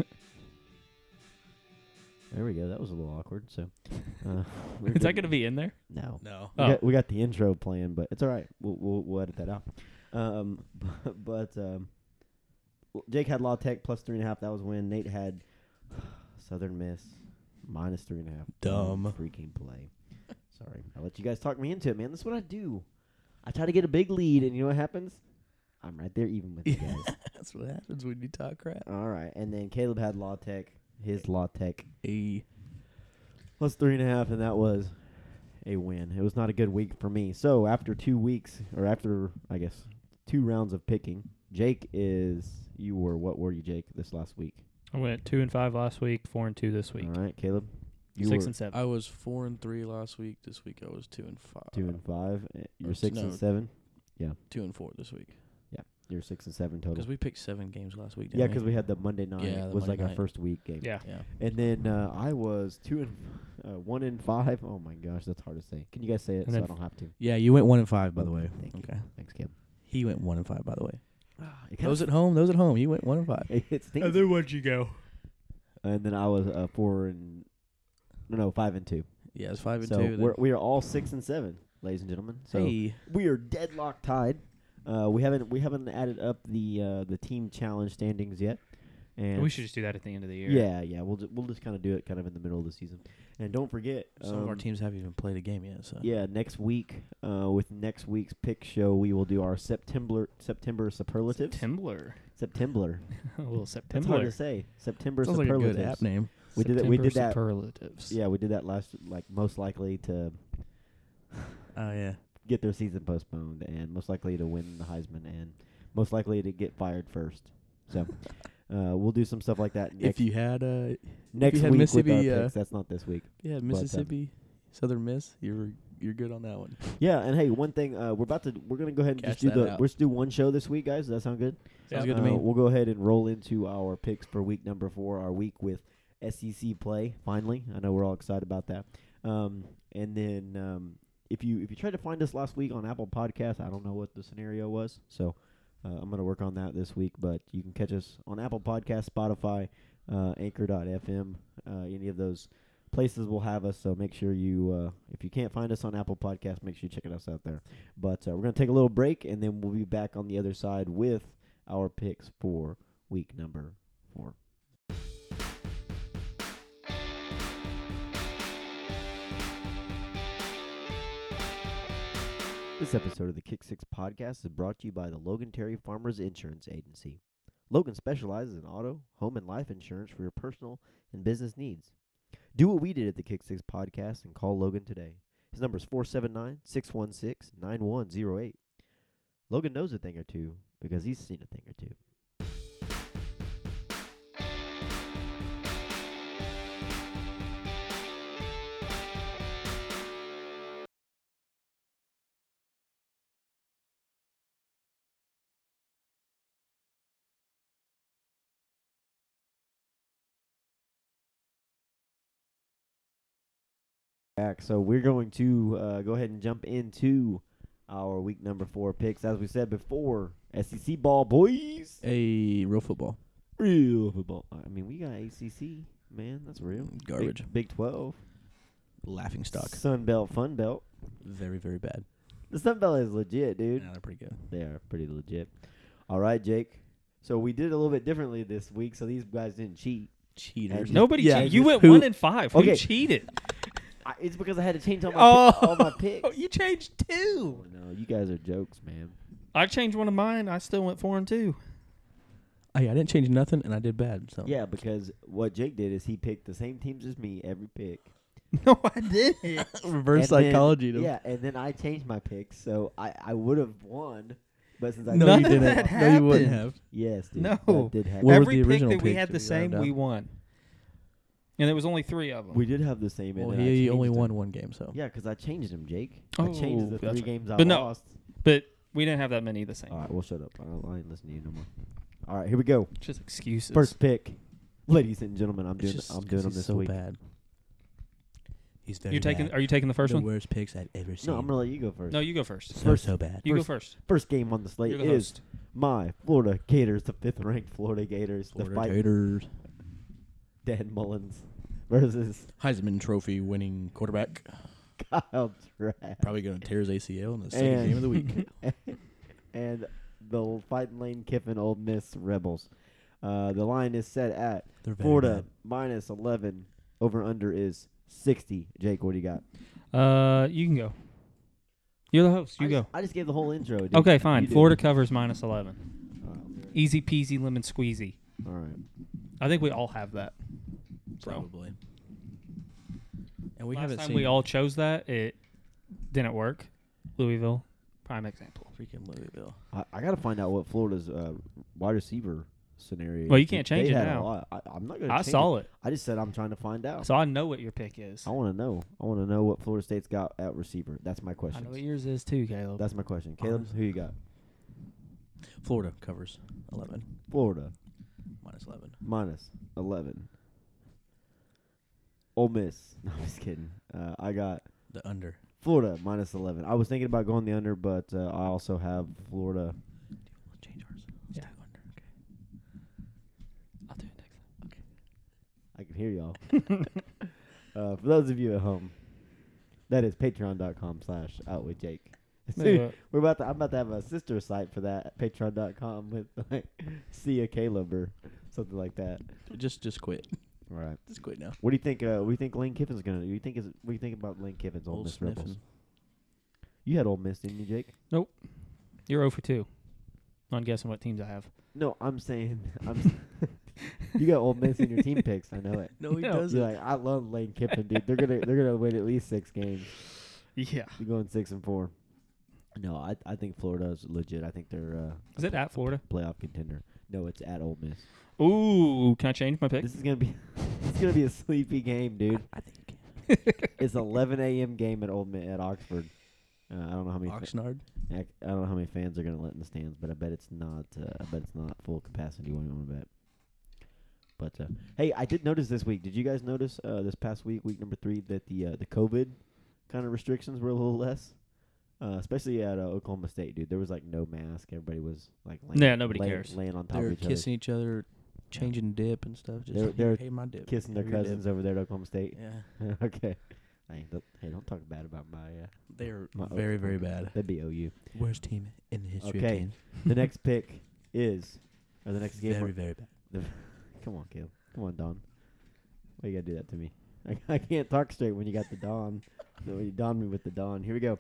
C: there we go. That was a little awkward. So
A: [LAUGHS]
C: uh, we're
A: [LAUGHS] Is that
C: good.
A: gonna be in there?
C: no?
B: No.
C: We,
A: Oh.
C: got, we got the intro playing, but it's all right. We'll we'll, we'll edit that out. Um, [LAUGHS] but, um, well, Jake had Law Tech plus three and a half. That was when Nate had [SIGHS] Southern Miss minus three and a half.
B: Dumb.
C: freaking play. Sorry, I let you guys talk me into it, man. That's what I do. I try to get a big lead, and you know what happens? I'm right there, even with you guys.
B: That's what happens when you talk crap.
C: all right, and then Caleb had Law Tech. His Law Tech
B: A
C: plus three and a half, and that was a win. It was not a good week for me. So after two weeks, or after I guess two rounds of picking, Jake is you were what were you, Jake, this last week?
A: I went two and five last week, four and two this week,
C: All right, Caleb, you
A: six
C: were
A: and seven.
B: I was four and three last week. This week I was two and five.
C: two and five. eh, You're
B: or
C: six and
B: Oh, no.
C: seven.
B: two and four this week
C: You're six and seven total.
B: because we picked seven games last week. Didn't
C: yeah,
B: we?
C: because we had the Monday night
B: Yeah, the
C: was like
B: Monday
C: our
B: night.
C: first week game.
A: yeah,
B: yeah.
C: and then uh, I was two and uh, one and five. Oh my gosh, that's hard to say. Can you guys say it
A: And
C: so
A: then
C: I don't have to?
B: Yeah, you went one and five by the
C: Okay,
B: way.
C: thank you.
B: Okay, Ah,
C: Thanks, Caleb.
B: he went one and five by the way.
C: [SIGHS] It kinda
B: Those at home, those at home, he went one and five.
C: [LAUGHS] It, it stinks.
A: then where'd you go?
C: and then I was uh, four and no, no, five and two.
B: Yeah, it's five and
C: so
B: two.
C: we're we are all six and seven, ladies and gentlemen. So
B: hey,
C: we are deadlock tied. Uh, we haven't we haven't added up the uh, the team challenge standings yet. And
A: We should just do that at the end of the year.
C: yeah, yeah, we'll ju- we'll just kind of do it kind of in the middle of the season. And don't forget,
B: some of our
C: um,
B: teams haven't even played a game yet. So
C: Yeah, next week uh, with next week's pick show, we will do our September September superlatives.
A: September, [LAUGHS]
C: September.
A: a little
C: That's hard
A: September.
C: to say. September
B: sounds like a
C: superlatives.
B: good app name.
C: We did that- we
A: September
C: did that-
A: Superlatives.
C: Yeah, we did that last like most likely to
B: Oh yeah,
C: get their season postponed and most likely to win the Heisman and most likely to get fired first. So
B: [LAUGHS]
C: uh, we'll do some stuff like that next,
B: if you had uh,
C: next
B: you had
C: week with
B: Mississippi,
C: our
B: uh,
C: picks. That's not this week.
B: if you had
C: uh,
B: Mississippi, Southern Miss, you're you're good on that one.
C: Yeah, and hey, one thing uh, we're about to we're gonna go ahead and just
B: Cash
C: do
B: that
C: the
B: out.
C: we're just do one show this week, guys. Does that sound good?
A: Yeah.
B: Sounds good to
C: Uh,
B: me.
C: We'll go ahead and roll into our picks for week number four. Our week with SEC play. Finally, I know we're all excited about that. Um, and then um, if you if you tried to find us last week on Apple Podcasts, I don't know what the scenario was, so uh, I'm gonna work on that this week. But you can catch us on Apple Podcasts, Spotify, uh, Anchor.fm, uh, any of those places will have us. So make sure you uh, if you can't find us on Apple Podcasts, make sure you check us out there. But uh, we're gonna take a little break, and then we'll be back on the other side with our picks for week number four. This episode of the Kick Six podcast is brought to you by the Logan Terry Farmers Insurance Agency. Logan specializes in auto, home, and life insurance for your personal and business needs. Do what we did at the Kick Six podcast and call Logan today. His number is 479 616 9108. Logan knows a thing or two because he's seen a thing or two. back. So we're going to uh, go ahead and jump into our week number four picks. As we said before, SEC ball, boys.
B: A real football.
C: Real football. I mean, we got ACC, man. That's real.
B: Garbage.
C: Big, Big 12.
B: Laughing stock.
C: Sun Belt, Fun Belt.
B: Very, very bad.
C: The Sun Belt is legit, dude.
B: Nah, they're pretty good.
C: They are pretty legit. All right, Jake. So we did a little bit differently this week, so these guys didn't cheat.
B: Cheaters.
C: And
A: Nobody.
B: Yeah,
A: cheated. you went
B: who-
A: one in five. Who
C: Okay.
A: cheated?
C: I, it's because I had to change all my,
A: Oh,
C: pi-
B: [LAUGHS]
C: all my picks.
A: Oh, you changed
C: Oh,
A: two.
C: no, you guys are jokes, man.
A: I changed one of mine. I still went four and two.
B: I, I didn't change nothing, and I did bad. So
C: Yeah, because what Jake did is he picked the same teams as me every pick.
A: [LAUGHS] No, I didn't.
B: reverse
C: And then-
B: psychology. to
C: yeah, and then I changed my picks, so I, I would have won, but since
B: [LAUGHS]
C: I
B: No,
A: None
B: you
A: of
B: didn't.
A: that
B: no, you wouldn't have.
A: happened.
C: yes, dude,
A: No.
C: that did happen.
B: What was
A: Every
B: the
A: pick
B: original
A: that we
B: pick
A: had
B: that
A: the
B: we round
A: same, we
B: up?
A: won. And there was only three of them.
C: we did have the same. and
B: Well,
C: then I
B: he
C: changed
B: only
C: them.
B: won one game, so
C: Yeah, because I changed them, Jake. I changed
A: Oh,
C: the
A: gotcha.
C: three games I
A: But no.
C: lost.
A: but we didn't have that many the same.
C: All right, well, shut up. I don't, I ain't listening to you no more. All right, here we go.
A: Just excuses.
C: First pick, ladies and gentlemen. I'm
B: It's
C: doing.
B: just
C: I'm
B: 'cause
C: doing them
B: he's
C: this
B: so
C: week.
B: bad. He's very
A: you taking?
B: bad.
A: Are you taking the first
B: the
A: one?
B: worst picks I've ever seen.
C: No, I'm gonna let you go first.
A: No, you go first.
B: so,
C: first-
B: so bad.
A: You
C: First-
A: go first.
C: First game on the slate
A: You're the
C: is
A: host.
C: my Florida Gators, the fifth-ranked Florida Gators,
B: Florida
C: the fight
B: Gators.
C: Dan Mullins versus [LAUGHS]
B: Heisman Trophy winning quarterback.
C: Kyle Trask.
B: Probably going to tear his ACL in the second game of the week.
C: [LAUGHS] and the Fighting Lane Kiffin Old Miss Rebels. Uh, the line is set at
B: They're very
C: Florida minus 11. Over under is 60. Jake, what do you got?
A: Uh, you can go. You're the host. You
C: I
A: go.
C: Just, I just gave the whole intro. Dude.
A: okay, fine.
C: You do.
A: Florida covers minus eleven.
C: All
A: Easy peasy lemon squeezy.
C: right. All right.
A: I think we all have that.
B: bad,
A: So.
B: probably. And we
A: Last
B: haven't
A: time
B: seen
A: we all chose that, it didn't work. Louisville, prime example.
B: freaking Louisville.
C: I, I got to find out what Florida's uh, wide receiver scenario
A: Well, you
C: is.
A: can't
C: They
A: change it
C: had a
A: now.
C: lot. I, am not going to
A: I saw it,
C: I just said I'm trying to find out.
A: so I know what your pick is.
C: I want to know. I want to know what Florida State's got at receiver. That's my
A: I
C: question.
A: know what yours is too, Caleb.
C: That's my question. Caleb, who you got?
B: Florida covers 11,
C: Florida.
B: minus 11.
C: minus 11. Ole Miss. [LAUGHS] No, I'm just kidding. Uh, I got
B: The under.
C: Florida minus 11. I was thinking about going the under, but uh, I also have Florida.
B: We'll change ours. Let's
A: Yeah.
B: do under. Okay.
A: I'll do it next time.
C: I can hear
A: [LAUGHS]
C: y'all. uh, for those of you at home, that is patreon.com slash out with Jake.
A: Maybe
C: Dude, we're about to, I'm about to have a sister site for that at patreon.com with like [LAUGHS] see a Caleb or something like that.
B: [LAUGHS] Just, just quit.
C: Right.
B: Just quit now.
C: What do you think? Uh, what do you think Lane Kiffin's gonna do? You think is what do you think about Lane Kiffin's Ole
B: Old
C: Miss
B: sniffin'.
C: Rebels? You had Ole Miss, didn't you, Jake?
A: You're 0 for 2 on guessing what teams I have.
C: No, I'm saying [LAUGHS] I'm. s- you got Ole Miss in your team picks. I [LAUGHS] know it.
B: No, he
A: No.
B: doesn't.
C: You're like, I love Lane Kiffin, dude. They're gonna they're gonna win at least six games.
A: Yeah.
C: You're going six and four. No, I I think Florida's legit. I think they're uh,
A: Is it at Florida?
C: playoff contender. No, it's at Ole Miss.
A: Ooh, can I change my pick?
C: This is gonna be [LAUGHS] it's gonna be a sleepy game, dude.
B: I think.
C: It's 11 a.m. game at Ole Miss at Oxford. Uh, I don't know how many. fa-
B: Oxnard.
C: I c- I don't know how many fans are gonna let in the stands, but I bet it's not. Uh, I bet it's not full capacity. What do you want to bet? But uh, hey, I did notice this week. Did you guys notice uh, this past week, week number three, that the uh, the COVID kind of restrictions were a little less, uh, especially at uh, Oklahoma State, dude. There was like no mask. Everybody was like laying,
A: Yeah, nobody
C: laying,
A: cares.
C: laying on top
B: They're
C: of each
B: kissing each other, changing dip and stuff. Just
C: They're-
B: like,
C: they're
B: hey, my dip.
C: other, kissing their
B: Have your dip.
C: cousins over there at Oklahoma State.
B: Yeah,
C: [LAUGHS] okay. Hey, don't, hey, don't talk bad about my. Uh,
B: they're
C: My
B: very, very bad.
C: that'd be OU.
B: Worst team in the history
C: Okay.
B: of teams.
C: the next pick is, or the next game.
B: very,
C: we're-
B: very bad.
C: Come on, Caleb. Come on, Don. Why you gotta do [LAUGHS] that to me? I, I can't talk straight when you got the Don. No, you Don me with the Don. Here we go.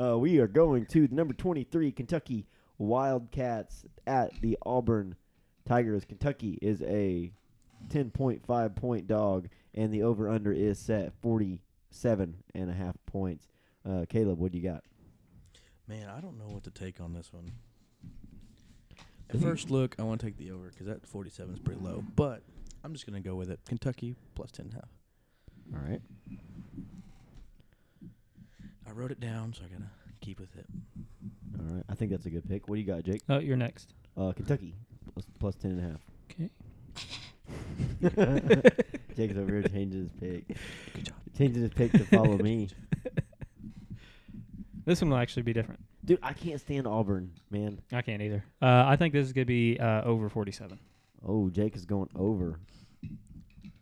C: Uh, we are going to the number 23 Kentucky Wildcats at the Auburn Tigers. Kentucky is a 10.5 point dog, and the over under is set 47 and a half points. Uh, Caleb, what do you got?
B: Man, I don't know what to take on this one. At first look, I want to take the over because that 47 is pretty low, but I'm just going to go with it. Kentucky plus 10 and a half.
C: All right.
B: I wrote it down, so I got to keep with it.
C: All right. I think that's a good pick. What do you got, Jake?
A: [LAUGHS] Oh, you're next.
C: Uh, Kentucky plus, plus 10 and a half.
A: Okay.
B: [LAUGHS]
C: Jake's over here changing his pick.
B: Good job.
C: Changing his pick to
B: [LAUGHS]
C: follow me.
A: This one will actually be different.
C: Dude, I can't stand Auburn, man.
A: I can't either. Uh, I think this is gonna be uh, over 47.
C: Oh, Jake is going over.
A: I,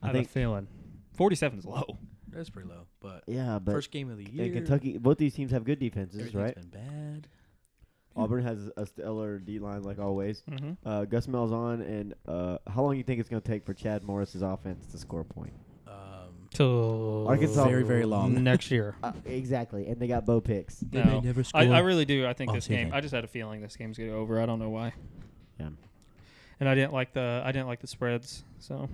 C: I
A: have a
C: think,
A: feeling 47 is low.
B: That's pretty low, but
C: yeah, but
B: first game of the year.
C: and Kentucky, both these teams have good defenses,
B: everything's
C: right?
B: been bad.
C: Auburn has a stellar D line, like always.
A: Mm-hmm.
C: Uh, Gus Mel's on, and uh, how long do you think it's going to take for Chad Morris's offense to score a point?
B: Um,
A: Till
C: Arkansas-
B: Very, very
A: [LAUGHS]
B: long.
A: next year.
C: Uh, exactly, and they got Bo picks.
B: they
A: No.
B: may never score.
A: I, I really do. I think
B: Oh,
A: this
B: excuse
A: game.
B: me.
A: I just had a feeling this game's gonna go over. I don't know why.
C: Yeah.
A: And I didn't like the I didn't like the spreads. So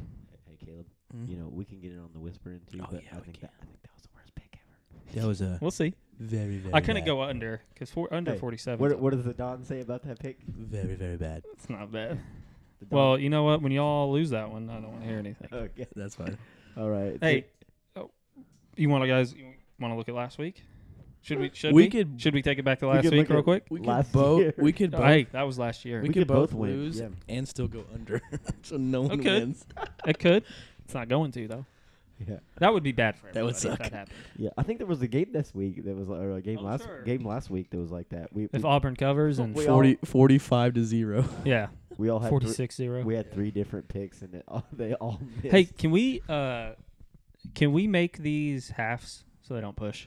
C: Hey, Caleb,
B: Mm.
A: Mm-hmm.
C: you know we can get in on the whispering too,
B: Oh,
C: but
B: yeah,
C: I
B: we
C: think
B: can.
C: that I think that was the worst pick ever.
B: that was a
A: we'll see.
B: very, very.
A: I couldn't
B: bad-
A: go under because four under
C: Hey,
A: 47.
C: What, what does the Don say about that pick?
B: Very, very bad.
A: It's not bad.
C: The Don- [LAUGHS]
A: Well, you know what? When y'all lose that one, I don't want to hear anything.
C: okay,
B: That's fine.
C: all right.
A: Hey, Uh, oh, you want to guys? You want to look at last week? Should we? Should
B: We
A: we?
B: could-
A: should we take it back to
C: We
A: last
C: could
A: week
C: look
A: real
C: at-
A: quick? Oh,
B: We could
C: Last
B: both.
C: year.
B: We could both.
A: Hey, that was last year.
B: we,
C: We
B: could,
C: could
B: both,
C: both win,
B: lose
C: yeah.
B: and still go under, [LAUGHS] so no one
A: Okay.
B: wins.
A: It could. It's not going to though.
C: Yeah.
A: That would be bad for
B: That
A: everybody.
B: would
A: if
B: suck.
A: That happened.
C: Yeah, I think there was a game this week that was or a game
A: Oh,
C: last
A: sure.
C: game last week that was like that. We
A: If
C: we,
A: Auburn covers and
C: We all-
B: 40, 45 to zero.
A: yeah,
C: we all had three-
A: 46-0.
C: we had three different picks and it all, [LAUGHS] they all missed.
A: Hey, can we uh can we make these halves so they don't push?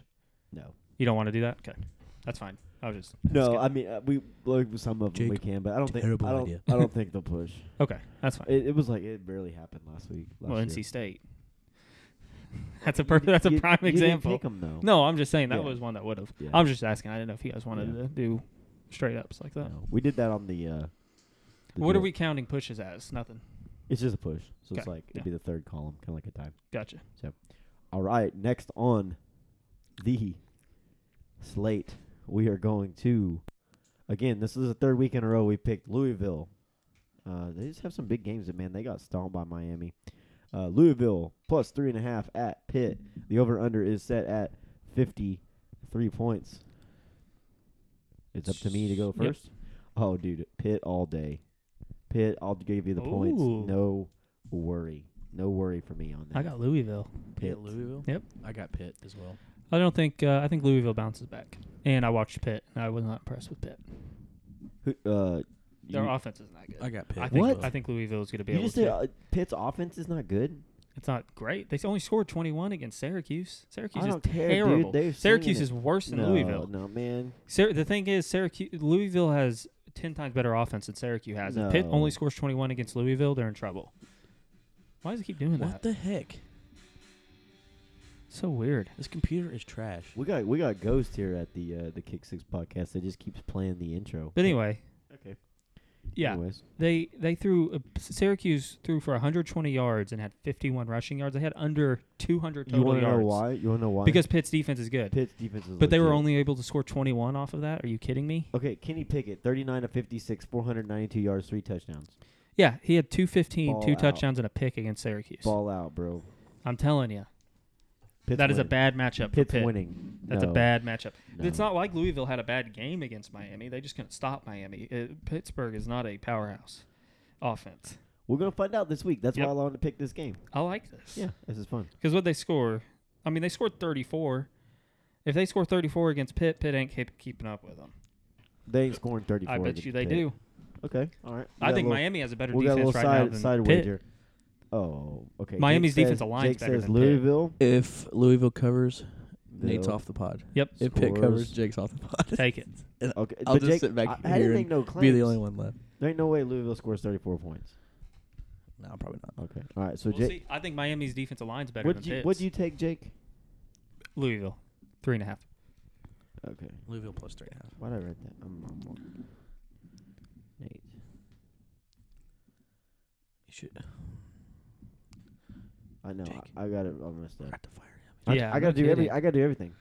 C: no,
A: You don't want to do that? Okay. That's fine. I was just asking.
C: no. I mean, uh, we like some of them we
B: Jake,
C: can, but I don't think I
B: terrible
C: don't,
B: idea. [LAUGHS]
C: I don't think they'll push.
A: Okay, that's fine.
C: It, it was like it barely happened last week. Last
A: well,
C: year.
A: NC State. [LAUGHS] That's a per- that's a
C: You-
A: prime
C: you didn't
A: example.
C: pick 'em, though.
A: No, I'm just saying that
C: Yeah.
A: was one that would have.
C: Yeah.
A: I'm just asking. I didn't know if you guys wanted
C: Yeah.
A: to do straight ups like that.
C: No, we did that on the. Uh, the
A: What are
C: deal.
A: we counting pushes as? Nothing.
C: It's just a push, so it's
A: Okay,
C: like it'd
A: yeah.
C: be the third column, kind of like a dive.
A: Gotcha.
C: All right, next on the slate, we are going to again. This is the third week in a row we picked Louisville. Uh, they just have some big games, and man, they got stomped by Miami. Uh, Louisville plus three and a half at Pitt. The over under is set at fifty three points. It's up to me to go
A: Yep.
C: first. Oh, dude, Pitt all day. Pitt, I'll give you the points.
A: Ooh.
C: No worry, no worry for me on that.
A: I got Louisville.
C: Pitt.
B: Louisville.
A: Yep.
B: I got Pitt as well.
A: I don't think uh, I think Louisville bounces back. And I watched Pitt. And I was not impressed with Pitt.
C: Who, uh,
A: Their
C: you-
A: offense is not good.
B: I got Pitt.
A: I think
C: What?
A: I think Louisville is going to be
C: You
A: able
C: just
A: to.
C: said uh, Pitt's offense is not good.
A: It's not great. They only scored 21 against Syracuse. Syracuse
C: I
A: is
C: don't care, dude.
A: terrible.
C: They're singing
A: Syracuse
C: it.
A: is worse than
C: no,
A: Louisville.
C: no man.
A: Syr- the thing is, Syracuse Louisville has 10 times better offense than Syracuse has. If Pitt
C: No.
A: only scores 21 against Louisville, they're in trouble. Why does it keep doing
B: What
A: that?
B: the heck?
A: So weird.
B: This computer is trash.
C: We got we got Ghost here at the uh, the Kick Six podcast that just keeps playing the intro.
A: But anyway,
C: okay.
A: yeah,
C: Anyways,
A: they they threw uh, Syracuse threw for 120 yards and had 51 rushing yards. They had under 200
C: you
A: total
C: want to
A: yards.
C: know why? You want to know why?
A: Because Pitt's defense is good.
C: Pitt's defense is.
A: but they were
C: legit.
A: only able to score 21 off of that. Are you kidding me?
C: okay. Kenny Pickett, thirty-nine to fifty-six, four hundred ninety-two yards, three touchdowns.
A: Yeah, he had 215,
C: Ball
A: two
C: out.
A: touchdowns, and a pick against Syracuse.
C: Ball out, bro.
A: I'm telling you,
C: Pitt's
A: that is a
C: winning.
A: bad matchup
C: Pitt's
A: for Pitt.
C: winning.
A: That's a
C: No.
A: bad matchup. It's
C: No.
A: not like Louisville had a bad game against Miami. They just couldn't stop Miami. Uh, Pittsburgh is not a powerhouse offense.
C: We're gonna find out this week. That's
A: Yep.
C: why I wanted to pick this game.
A: I like this.
C: Yeah, this is fun.
A: Because what they score, I mean, they scored 34. If they score 34 against Pitt, Pitt ain't keep, keeping up with them.
C: They ain't scoring thirty-four.
A: I bet
C: against
A: you they
C: Pitt.
A: do.
C: Okay. All right. We
A: I
C: got a
A: think
C: little-
A: Miami has a better
C: we got a
A: defense
C: little
A: right now
C: side,
A: than
C: side
A: Pitt.
C: wager. Oh, okay.
A: Miami's
C: Jake
A: defensive
C: says,
A: line's
C: Jake
A: better
C: says
A: than Pitt.
C: Louisville.
B: If Louisville covers, Nate's
C: Bill
B: off the pod.
A: Yep.
B: If Pitt covers,
C: scores.
B: Jake's off the
A: [LAUGHS]
B: pod.
A: Take it.
B: And
C: Okay,
B: I'll
C: but
B: just
C: Jake-
B: sit back
C: I- I
B: here
C: didn't
B: and
C: make no
B: [LAUGHS] be the
C: claims.
B: only one left.
C: There ain't no way Louisville scores 34 points.
B: No, probably not.
C: Okay. All right. So
A: We'll
C: Jake,
A: see. I think Miami's defensive line's better
C: what
A: than
C: you
A: Pitt's.
C: what you take, Jake?
A: Louisville, three and a half.
C: Okay.
B: Louisville plus three and a half.
C: Why'd I write that? Um, Nate.
B: You should.
C: I know.
B: Jake.
C: I, I got it all messed up.
B: Tried to fire him.
C: I-
A: Yeah,
C: I gotta
A: no
C: do every.
A: kidding.
C: I gotta do everything.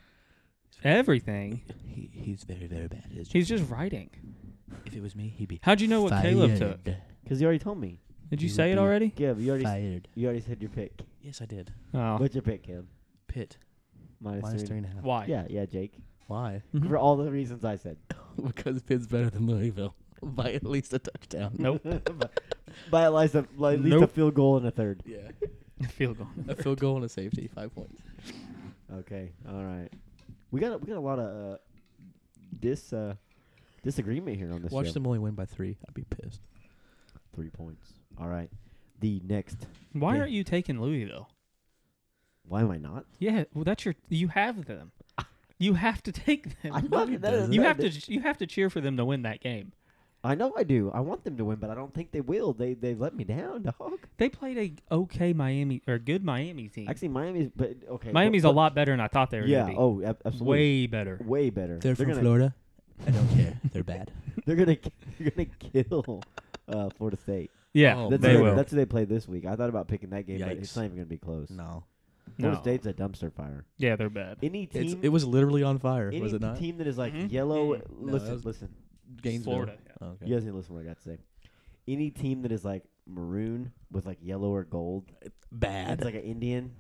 A: Everything.
B: He, he's very, very bad. at his
A: He's
B: job.
A: just writing.
B: If it was me, he'd be.
A: How'd you know what Caleb took?
B: fired.
C: Cause you already told me.
A: Did you
B: He would
A: say it
B: be-
A: already?
C: Gib, you already. s-
B: Fired.
C: You already said your pick.
B: Yes, I did.
A: Oh,
C: What's your pick, Gib?
B: Pitt
C: Minus,
B: minus
C: three.
B: three and a half.
A: why?
C: Yeah, yeah, Jake.
B: Why?
A: Mhm.
C: [LAUGHS] For all the reasons I said.
B: [LAUGHS]
C: [LAUGHS]
B: because Pitt's better than Louisville [LAUGHS] by at least a touchdown.
A: Nope. [LAUGHS]
C: By at least a, like, at least a
A: Nope.
C: field goal and a third.
B: Yeah,
A: Field goal.
B: [LAUGHS] a field goal and a safety, five points.
C: Okay. All right. We got a, we got a lot of uh, dis uh, disagreement here on this.
B: Watch
C: show.
B: them only win by three. I'd be pissed.
C: Three points. All right. The next.
A: Why
B: Yeah.
A: aren't you taking Louis though?
C: Why am I not?
A: Yeah, well, that's your. You have them. You have to take them.
C: I'm not.
B: he
C: that-
B: doesn't.
A: you
C: that-
A: have to. You have to cheer for them to win that game.
C: I know I do. I want them to win, but I don't think they will. They they let me down, dog.
A: They played a okay Miami or good Miami team.
C: Actually, Miami's but okay.
A: Miami's a lot better than I thought they were.
C: Yeah.
A: Gonna be.
C: Oh, ab- absolutely.
A: way better.
C: Way better.
B: They're, from
C: gonna,
B: Florida. I don't [LAUGHS] care. They're bad.
C: They're gonna [LAUGHS] they're gonna kill uh, Florida State.
A: Yeah,
B: Oh,
C: That's
A: they
C: who
A: will.
C: That's who they play this week. I thought about picking that game, but it's
B: Yikes.
C: not even gonna be close.
A: no.
B: No,
C: Florida State's a dumpster fire.
A: Yeah, they're bad.
C: Any team,
B: it's, it was Mm-hmm. literally on fire.
C: any
B: Was it not?
C: team that is like
A: Mhm.
C: yellow.
A: Mhm.
B: No,
C: listen,
B: that was-
C: listen.
B: Gainesville.
A: Florida. yeah.
B: Oh, okay.
C: You guys need to listen to what I got to say. Any team that is like maroon with like yellow or gold,
B: Bad.
C: it's like an Indian.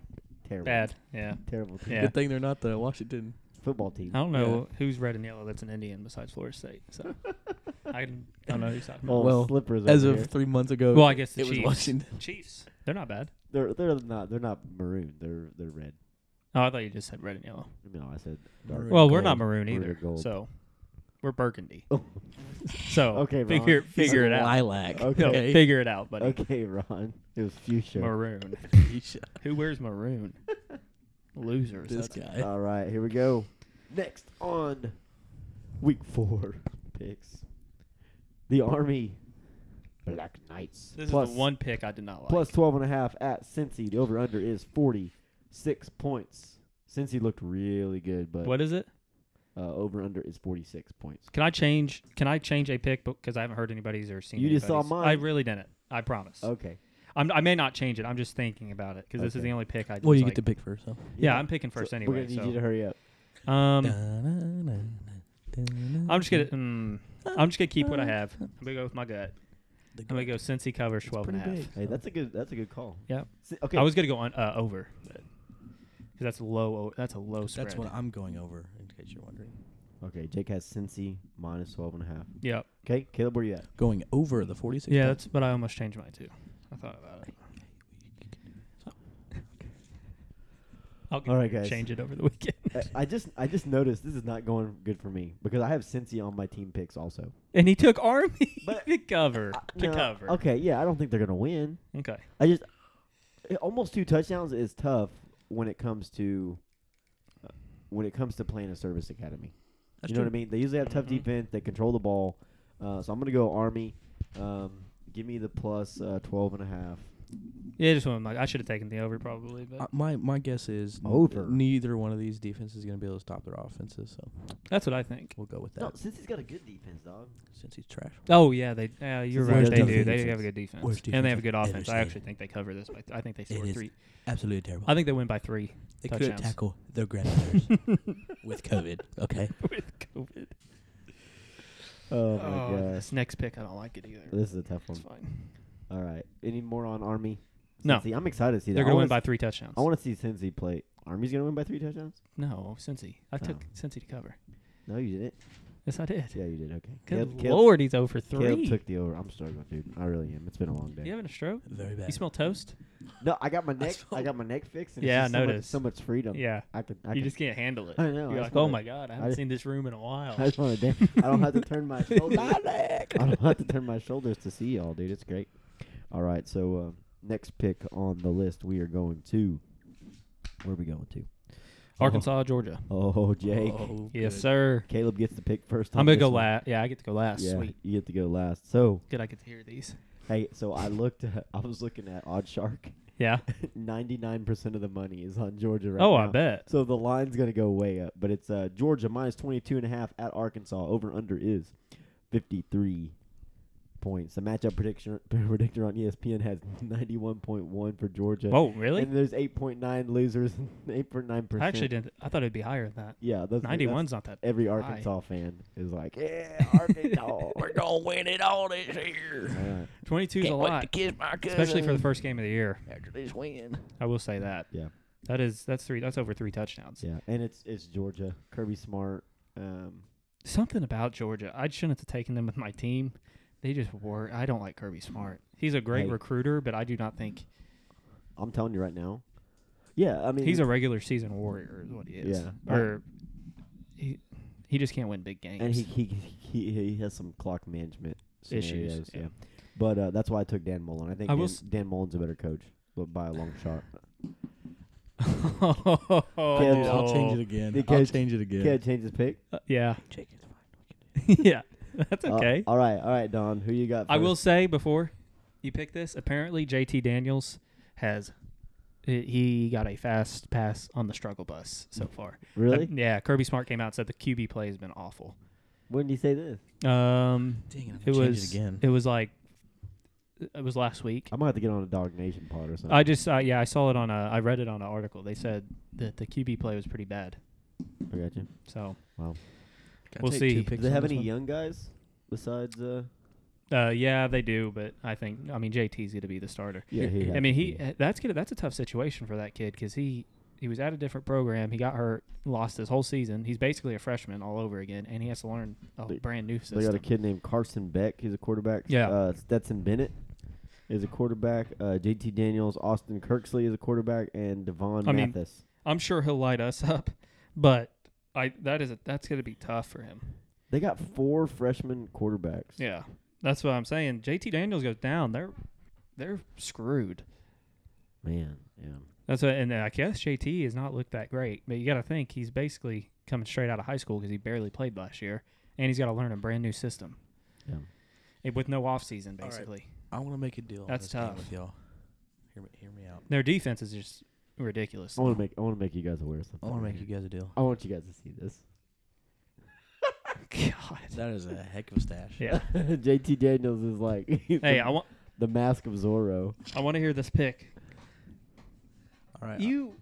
C: Terrible.
A: Bad. Yeah.
C: Terrible team.
A: Yeah.
B: Good thing they're not the Washington.
C: Football team.
A: I don't know who's red and yellow that's an Indian besides Florida State. So I don't know who's
C: [LAUGHS]
A: talking
C: Oh,
A: about.
B: Well,
C: slippers
B: As
C: over
B: of
C: here.
B: three months ago,
A: Well, I guess the
B: it was
A: Chiefs.
B: Washington.
A: Chiefs. They're not bad.
C: They're they're not they're not maroon. They're they're red.
A: Oh, I thought you just said red and yellow.
C: No, I said dark.
B: Maroon. We're
A: Well, we're not
B: gold.
A: maroon
C: We're
A: either.
C: gold.
A: So we're burgundy.
C: Oh.
A: So
C: [LAUGHS] Okay, Ron.
A: figure [LAUGHS]
C: He's [LAUGHS]
A: figure it out.
B: Lilac.
C: Okay.
A: No, figure it out, buddy.
C: Okay, Ron. It was fuchsia.
A: Maroon. Who wears maroon?
C: [LAUGHS]
A: Losers.
B: This
A: that's-
B: guy.
C: All right, here we go. Next on week four [LAUGHS] picks, the Army Black Knights
A: This
C: plus
A: is the one pick I did not like.
C: plus twelve and a half at Cincy. The over under is forty six points. Cincy looked really good, but
A: what is it?
C: uh, over under is forty six points.
A: Can I change? Can I change a pick because I haven't heard anybody's or seen?
C: You just saw
A: anybody's.
C: mine.
A: I really didn't. I promise.
C: Okay.
A: I'm, I may not change it. I'm just thinking about it because this is
C: Okay.
A: the only pick I.
B: Well,
A: was
B: you
A: like-
B: get to pick first. Huh?
A: Yeah, I'm picking
C: So
A: first
C: We're
A: anyway.
C: gonna need you to
A: So.
C: hurry up.
A: Um,
B: I'm
A: I'm just gonna. Mm,
B: Ah,
A: I'm just gonna keep what I have. I'm gonna go with my gut. I'm gonna go Cincy covers 12 and a half.
C: Hey, that's a good that's a good call.
A: Yep.
C: Ci- Okay.
A: I was gonna go on uh, over, because that's low. o- That's a low spread.
B: That's what I'm going over, in case you're wondering.
C: Okay, Jake has Cincy minus 12 and a half.
A: Yep.
C: Okay, Caleb, where you at?
B: Going over the 46.
A: Yeah, that's. But I almost changed mine too. I thought about it. I'll get
C: All right, guys.
A: change it over the weekend. [LAUGHS]
C: I, I just I just noticed this is not going good for me because I have Cincy on my team picks also.
A: And he took Army [LAUGHS]
C: But- uh,
A: to cover. to
C: No,
A: cover.
C: Okay, yeah, I don't think they're gonna win.
A: Okay.
C: I just eh, almost two touchdowns is tough when it comes to uh, when it comes to playing a service academy. you know what I mean? They usually have tough
A: Mhm.
C: defense. They control the ball. Uh, so I'm gonna go Army. Um, give me the plus uh, 12 and a half.
A: Yeah, just one. Like, I should have taken the over probably, but
B: Uh, my my guess is n-
C: Over.
B: neither one of these defenses is going to be able to stop their offenses, so
A: that's what I think.
B: we'll go with that.
C: No, Cincy's got a good defense, dog.
B: Since he's trash,
A: Oh yeah, they. Uh, you're
C: Since they
A: right.
C: have
A: They
C: tough
A: do. They do
B: defenses.
A: have a good defense,
B: Worst
A: and they
B: defense
A: have a good
B: I've
A: offense.
B: ever
A: I
B: seen.
A: actually think they cover this. By th- I think they score
B: is
A: three.
B: absolutely terrible.
A: I think they win by three
B: they couldn't
A: touchdowns.
B: tackle
A: [LAUGHS]
B: their grandmothers with COVID. Okay,
A: with COVID.
C: Oh my gosh.
A: this next pick, I don't like it either.
C: This is a tough
A: It's
C: one.
A: fine.
C: All right. Any more on Army?
A: No.
C: Cincy? I'm excited to see that.
A: They're
C: I
A: gonna
C: wanna
A: win
C: s-
A: by three touchdowns.
C: I want to see Cincy play. Army's gonna win by three touchdowns.
A: no, Cincy. I took
C: Oh.
A: Cincy to cover.
C: No, you didn't.
A: Yes, I did.
C: Yeah, you did. Okay.
A: Good
C: Caleb, Caleb,
A: lord, he's over
C: Caleb
A: three.
C: took the over. I'm struggling, dude. I really am. It's been a long day.
A: you having a stroke?
B: very bad.
A: You smell toast?
C: No,
A: [LAUGHS]
C: I got my neck. I,
B: smell-
C: got my neck fixed. And
A: Yeah, I
C: it's just so much,
A: noticed.
C: so much freedom.
A: Yeah.
C: I can. I
A: you
C: can,
A: just can't handle it.
C: I know, I
A: You're like,
C: just wanna-
A: oh my god, I haven't
C: just-
A: seen this room in a while.
C: [LAUGHS] I just want to dance. I don't have to
A: [LAUGHS]
C: turn my shoulders. I don't have to turn my shoulders to see y'all, dude. It's great. All right. So uh, next pick on the list, we are going to. Where are we going to?
A: Arkansas, Georgia.
C: Oh, Jake.
B: Oh,
A: Yes,
B: good.
A: sir.
C: Caleb gets to pick first.
A: I'm
C: on
A: gonna
C: this
A: go
C: one.
A: last. Yeah, I get to go last.
C: Yeah,
A: Sweet.
C: you get to go last. So
A: Good, I get to hear these.
C: [LAUGHS] hey, so I looked. At, I was looking at Odd Shark, [LAUGHS]
A: Yeah.
C: Ninety nine percent of the money is on Georgia right
A: oh,
C: now.
A: I bet.
C: So the line's going to go way up, but it's uh, Georgia minus 22 and a half at Arkansas. Over under is 53 points. The matchup prediction [LAUGHS] predictor on E ESPN has 91.1 for Georgia.
A: Whoa, really?
C: And there's 8.9 losers, [LAUGHS] 8.9%.
A: I actually didn't. I thought it'd be higher than that.
C: Yeah, that's,
A: Ninety
C: that's
A: one's not that.
C: every
A: high.
C: Arkansas fan is
A: [LAUGHS]
C: like, "Yeah, Arkansas."
B: We're gonna win it all this year.
C: Uh,
A: Twenty two's a
B: Can't wait
A: lot,
B: to kiss my cousin.
A: especially for the first game of the year.
B: after this win.
A: I will say that.
C: Yeah.
A: That is that's three. That's over three touchdowns.
C: yeah, and it's it's Georgia. Kirby Smart um
A: Something about Georgia. I shouldn't have taken them with my team. They just were. I don't like Kirby Smart. He's a great
C: Hey.
A: recruiter, but I do not think
C: I'm telling you right now. Yeah, I mean
A: he's a regular season warrior. Is what he is.
C: Yeah.
A: Or he he just can't win big games.
C: and he
A: [LAUGHS]
C: he, he he has some clock management
A: Issues,
C: scenarios,
A: yeah.
C: Yeah. But uh, that's why I took Dan Mullen. I think
A: I
C: Dan,
A: will s-
C: Dan Mullen's a better coach, but by a long
B: [LAUGHS]
C: shot.
B: Dude,
C: Oh.
B: I'll change it again.
C: The
B: I'll
C: coach-
B: change it
C: Yeah.
B: again.
C: Can I change his pick?
A: Uh, yeah. [LAUGHS]
B: Chicken's fine.
A: yeah. That's
C: Uh,
A: okay.
C: all right, all right, Don. Who you got?
A: I will
C: first?
A: say before you pick this, apparently JT Daniels has he got a fast pass on the struggle bus so far.
C: really.
A: Uh, yeah, Kirby Smart came out and said the QB play has been awful.
C: when did he say this?
A: Um,
B: Dang it, I'm
A: it
B: gonna change
A: was
B: it again.
A: it was like it was last week.
C: I'm gonna have to get on a Dog Nation pod or something.
A: I just uh, yeah I saw it on a I read it on an article. They said that the QB play was pretty bad.
C: I got you.
A: So
B: Can I
A: we'll
B: take
A: see.
B: two
A: Do
B: picks
C: Do they
B: on
C: have
B: this
C: any
B: one?
C: young guys besides? Uh,
A: uh, yeah they do, but I think I mean JT's going to be the starter.
C: yeah, he
A: I
C: has
A: mean,
C: to
A: he eh,
C: be.
A: that's gonna that's a tough situation for that kid because he he was at a different program. He got hurt, lost his whole season. He's basically a freshman all over again, and he has to learn a
C: They-
A: brand new
C: They got
A: system.
C: a kid named Carson Beck. He's a quarterback.
A: Yeah.
C: Uh, Stetson Bennett is a quarterback. Uh, JT Daniels, Austin Kirksley is a quarterback, and Devon
A: I mean,
C: Mathis.
A: I'm sure he'll light us [LAUGHS] up, but I that is a, that's gonna be tough for him.
C: They got four freshman quarterbacks.
A: Yeah, that's what I'm saying. JT Daniels goes down, they're they're screwed.
C: Man, yeah.
A: That's what, and I guess JT has not looked that great, but you got to think he's basically coming straight out of high school because he barely played last year, and he's got to learn a brand new system.
C: Yeah.
A: Eh, With no offseason,
B: All right.
A: basically.
B: I want to make a deal. on
A: That's
B: this game
A: tough.
B: with y'all. Hear me, hear me out.
A: Their defense is just ridiculous.
C: I want to make I want to make you guys aware of
B: I
C: something.
B: want to
C: right
B: make you
C: here.
B: guys a deal.
C: I want you guys to see this.
A: [LAUGHS]
C: [LAUGHS]
A: God.
B: That is a heck of a stash.
A: Yeah.
C: JT Daniels is like
A: [LAUGHS]
C: [LAUGHS]
A: hey,
C: the,
A: I want
C: the mask of Zorro.
A: I want to hear this pick.
B: All right. Uh,
A: You.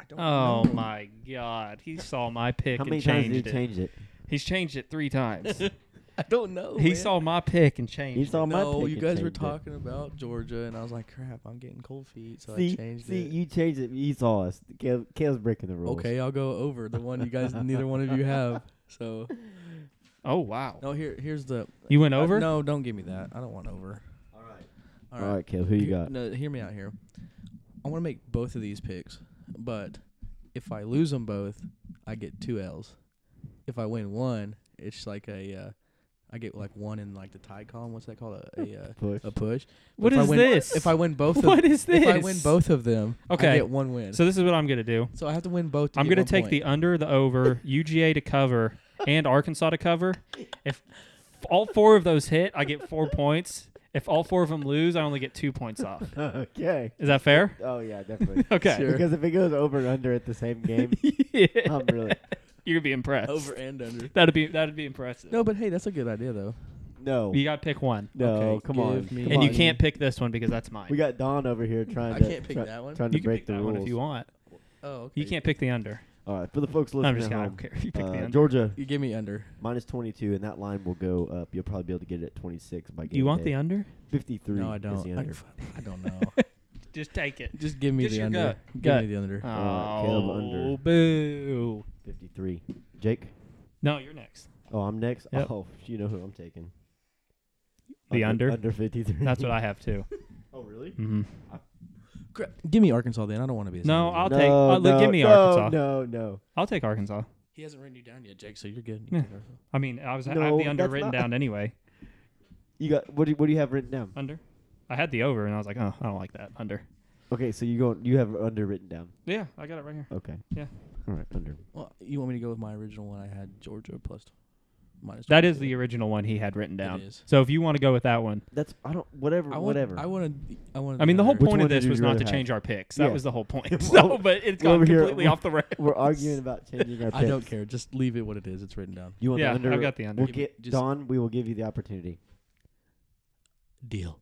B: I don't
A: Oh
B: remember.
A: my God! He saw my pick
C: How many
A: and
C: times
A: changed
C: did
A: it.
C: he change it?
A: He's changed it three times.
B: [LAUGHS] I don't know.
A: he
B: man.
A: saw my pick and changed.
C: He saw my.
B: No,
C: pick
B: you
C: and
B: guys were
C: changed it.
B: talking about Georgia, and I was like, crap, I'm getting cold feet, so
C: see,
B: I changed
C: see,
B: it.
C: you changed it. You saw us. Caleb, Caleb's breaking the rules.
B: okay, I'll go over the one you guys, neither one of you have. So
A: it. Oh wow!
B: no, here, here's the.
A: You went
B: uh,
A: over.
B: no, don't give me that. I don't want over.
C: All right.
B: All
C: All
B: right.
C: right, Caleb. Who you
B: Here-
C: got?
B: No, hear me out here. I want to make both of these picks, but if I lose them both, I get two L's. If I win one, it's like a, uh, I get like one in like the tie column. What's that called? A a, uh,
C: Push.
B: a push.
A: What
B: if I
A: is
B: win-
A: this?
B: If I
A: [LAUGHS]
B: win both, of,
A: What is this?
B: If I win both of them,
A: Okay.
B: I get one win. So,
A: So this is what I'm gonna do.
B: I have to win both. To
A: I'm
B: get
A: gonna
B: one
A: take
B: point.
A: the under, the
B: [LAUGHS]
A: over, UGA to cover, and Arkansas to cover. If f- all four of those hit, I get four points. If all four of them lose, I only get two points off.
C: [LAUGHS] okay.
A: Is that
B: [LAUGHS]
A: fair?
C: Oh yeah, definitely.
A: [LAUGHS] Okay.
B: Sure.
C: Because if it goes over and under at the same game,
A: [LAUGHS] Yeah.
C: I'm really
A: You're gonna be impressed.
B: Um, over and under.
A: That'd be that'd be impressive.
B: No, but hey, that's a good idea though.
C: no,
A: You gotta pick one,
C: no.
B: Okay,
C: come on,
B: give me-
C: come
A: and you
C: on.
A: can't pick this one because that's mine.
C: We got Don over here trying
B: I
C: to
B: can't pick
C: try-
B: that one.
C: trying
A: you
C: to
A: can
C: break
A: pick
C: the
A: that
C: rules.
A: one if you want.
B: Oh, okay.
A: You can't pick the under.
C: All right, for the folks listening
A: I'm just
C: at
A: kidding. I
C: home,
A: don't care if you pick
C: uh,
A: the under.
C: Georgia
B: You give me under.
C: minus 22, and that line will go up. You'll probably be able to get it at 26 by game
A: you want the
C: day.
A: under?
C: 53?
B: No, I
C: Is
B: don't.
C: the
B: I,
C: under.
B: I don't know.
A: Just take it.
B: [LAUGHS] Just give me
A: Just
B: the
A: your
B: under.
A: gut.
B: Give
A: Gut.
B: me the under.
C: right, Uh, Caleb,
A: Oh,
C: under.
A: boo!
C: 53. Jake?
A: No, you're next.
C: Oh, I'm next.
A: Yep.
C: Oh, [LAUGHS] you know who I'm taking.
A: The under?
C: Under 53. [LAUGHS]
A: That's what I have too.
C: Oh, really?
A: hmm
B: Crap. Give me Arkansas then. I don't want to be. a
A: No,
B: Saint
A: I'll
C: no,
A: take. Uh,
C: no,
A: look, give me
C: no,
A: Arkansas.
C: No, no.
A: I'll take Arkansas.
B: He hasn't written you down yet, Jake. So you're good.
A: Yeah. I mean, I was I
C: No,
A: have the
C: that's
A: under written
C: not-
A: down anyway.
C: You got what? Do you, what do you have written down?
A: Under. I had the over, and I was like, oh, I don't like that under.
C: Okay, so you go. You have under written down.
A: Yeah, I got it right here.
C: Okay.
A: Yeah.
C: All right, under.
B: Well, you want me to go with my original one? I had Georgia plus minus
A: That is
B: 22.
A: the original one he had written down.
B: is.
A: So if you want to go with that one,
C: That's I don't whatever
B: I want,
C: whatever.
B: I want to. I want.
A: I mean, the whole
C: Which
A: point of
C: one did
A: this
C: you
A: was not
C: rather
A: to
C: have?
A: change our picks. That
C: Yeah.
A: was the whole
C: [LAUGHS]
A: point. So, but it's gone
C: over here-
A: completely off the rails. [LAUGHS]
C: We're arguing about changing our.
B: I don't
C: picks.
B: care. Just leave it what it is. It's written down.
C: You want
A: Yeah,
C: the under?
A: I've got the under.
C: We'll get
B: Just-
C: Don. We will give you the opportunity.
B: Deal.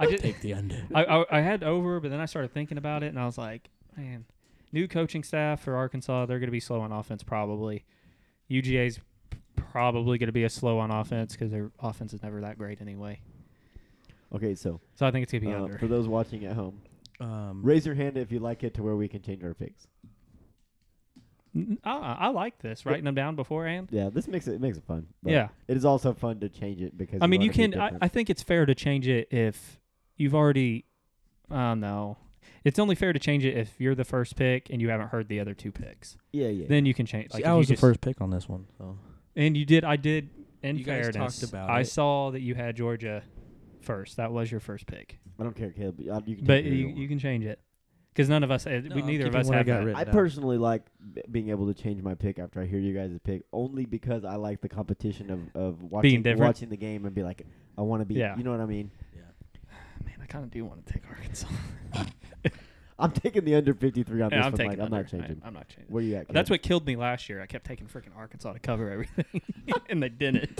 A: I just,
B: Take the under.
A: I, I, I had over, but then I started thinking about it, and I was like, man, new coaching staff for Arkansas, they're going to be slow on offense probably. UGA's probably going to be a slow on offense because their offense is never that great anyway.
C: Okay, so
A: So I think it's going to be
C: uh,
A: under.
C: for those watching at home,
B: Um,
C: raise your hand if you like it to where we can change our picks.
A: N- Uh, I like this writing them down beforehand.
C: Yeah, this makes it, it makes it fun. but
A: Yeah,
C: it is also fun to change it because
A: I mean you
C: wanna be
A: can. I,
C: different.
A: I think it's fair to change it if you've already. Oh no, it's only fair to change it if you're the first pick and you haven't heard the other two picks.
C: yeah yeah.
A: Then you can change.
B: see,
A: if
B: I
A: you
B: was the
A: just-
B: first pick on this one. So
A: And you did. I did. In
B: You guys
A: fairness,
B: talked about
A: I
B: it.
A: saw that you had Georgia first. That was your first pick,
C: I don't care, Caleb. uh, You can
A: but
C: take your
A: you,
C: one.
A: you can change it because none of us, uh,
B: No,
A: we
B: I'm
A: neither of
B: keeping
A: us
B: what I
A: have
B: got
A: that.
B: written.
C: I
B: down.
C: personally like b- being able to change my pick after I hear you guys' pick, only because I like the competition of, of watching
A: different.
C: watching the game and be like, I want to be.
A: Yeah.
C: You know what I mean? [LAUGHS]
A: Ah, Man, I kind of do want to take Arkansas.
C: I'm taking the under 53 on
A: Yeah,
C: this
A: I'm
C: one.
A: taking.
C: Mike. I'm
A: under.
C: not changing.
A: I, am not changing.
C: Where you at? Caleb?
A: That's what killed me last year. I kept taking freaking Arkansas to cover everything, [LAUGHS] and they
C: [LAUGHS]
A: didn't.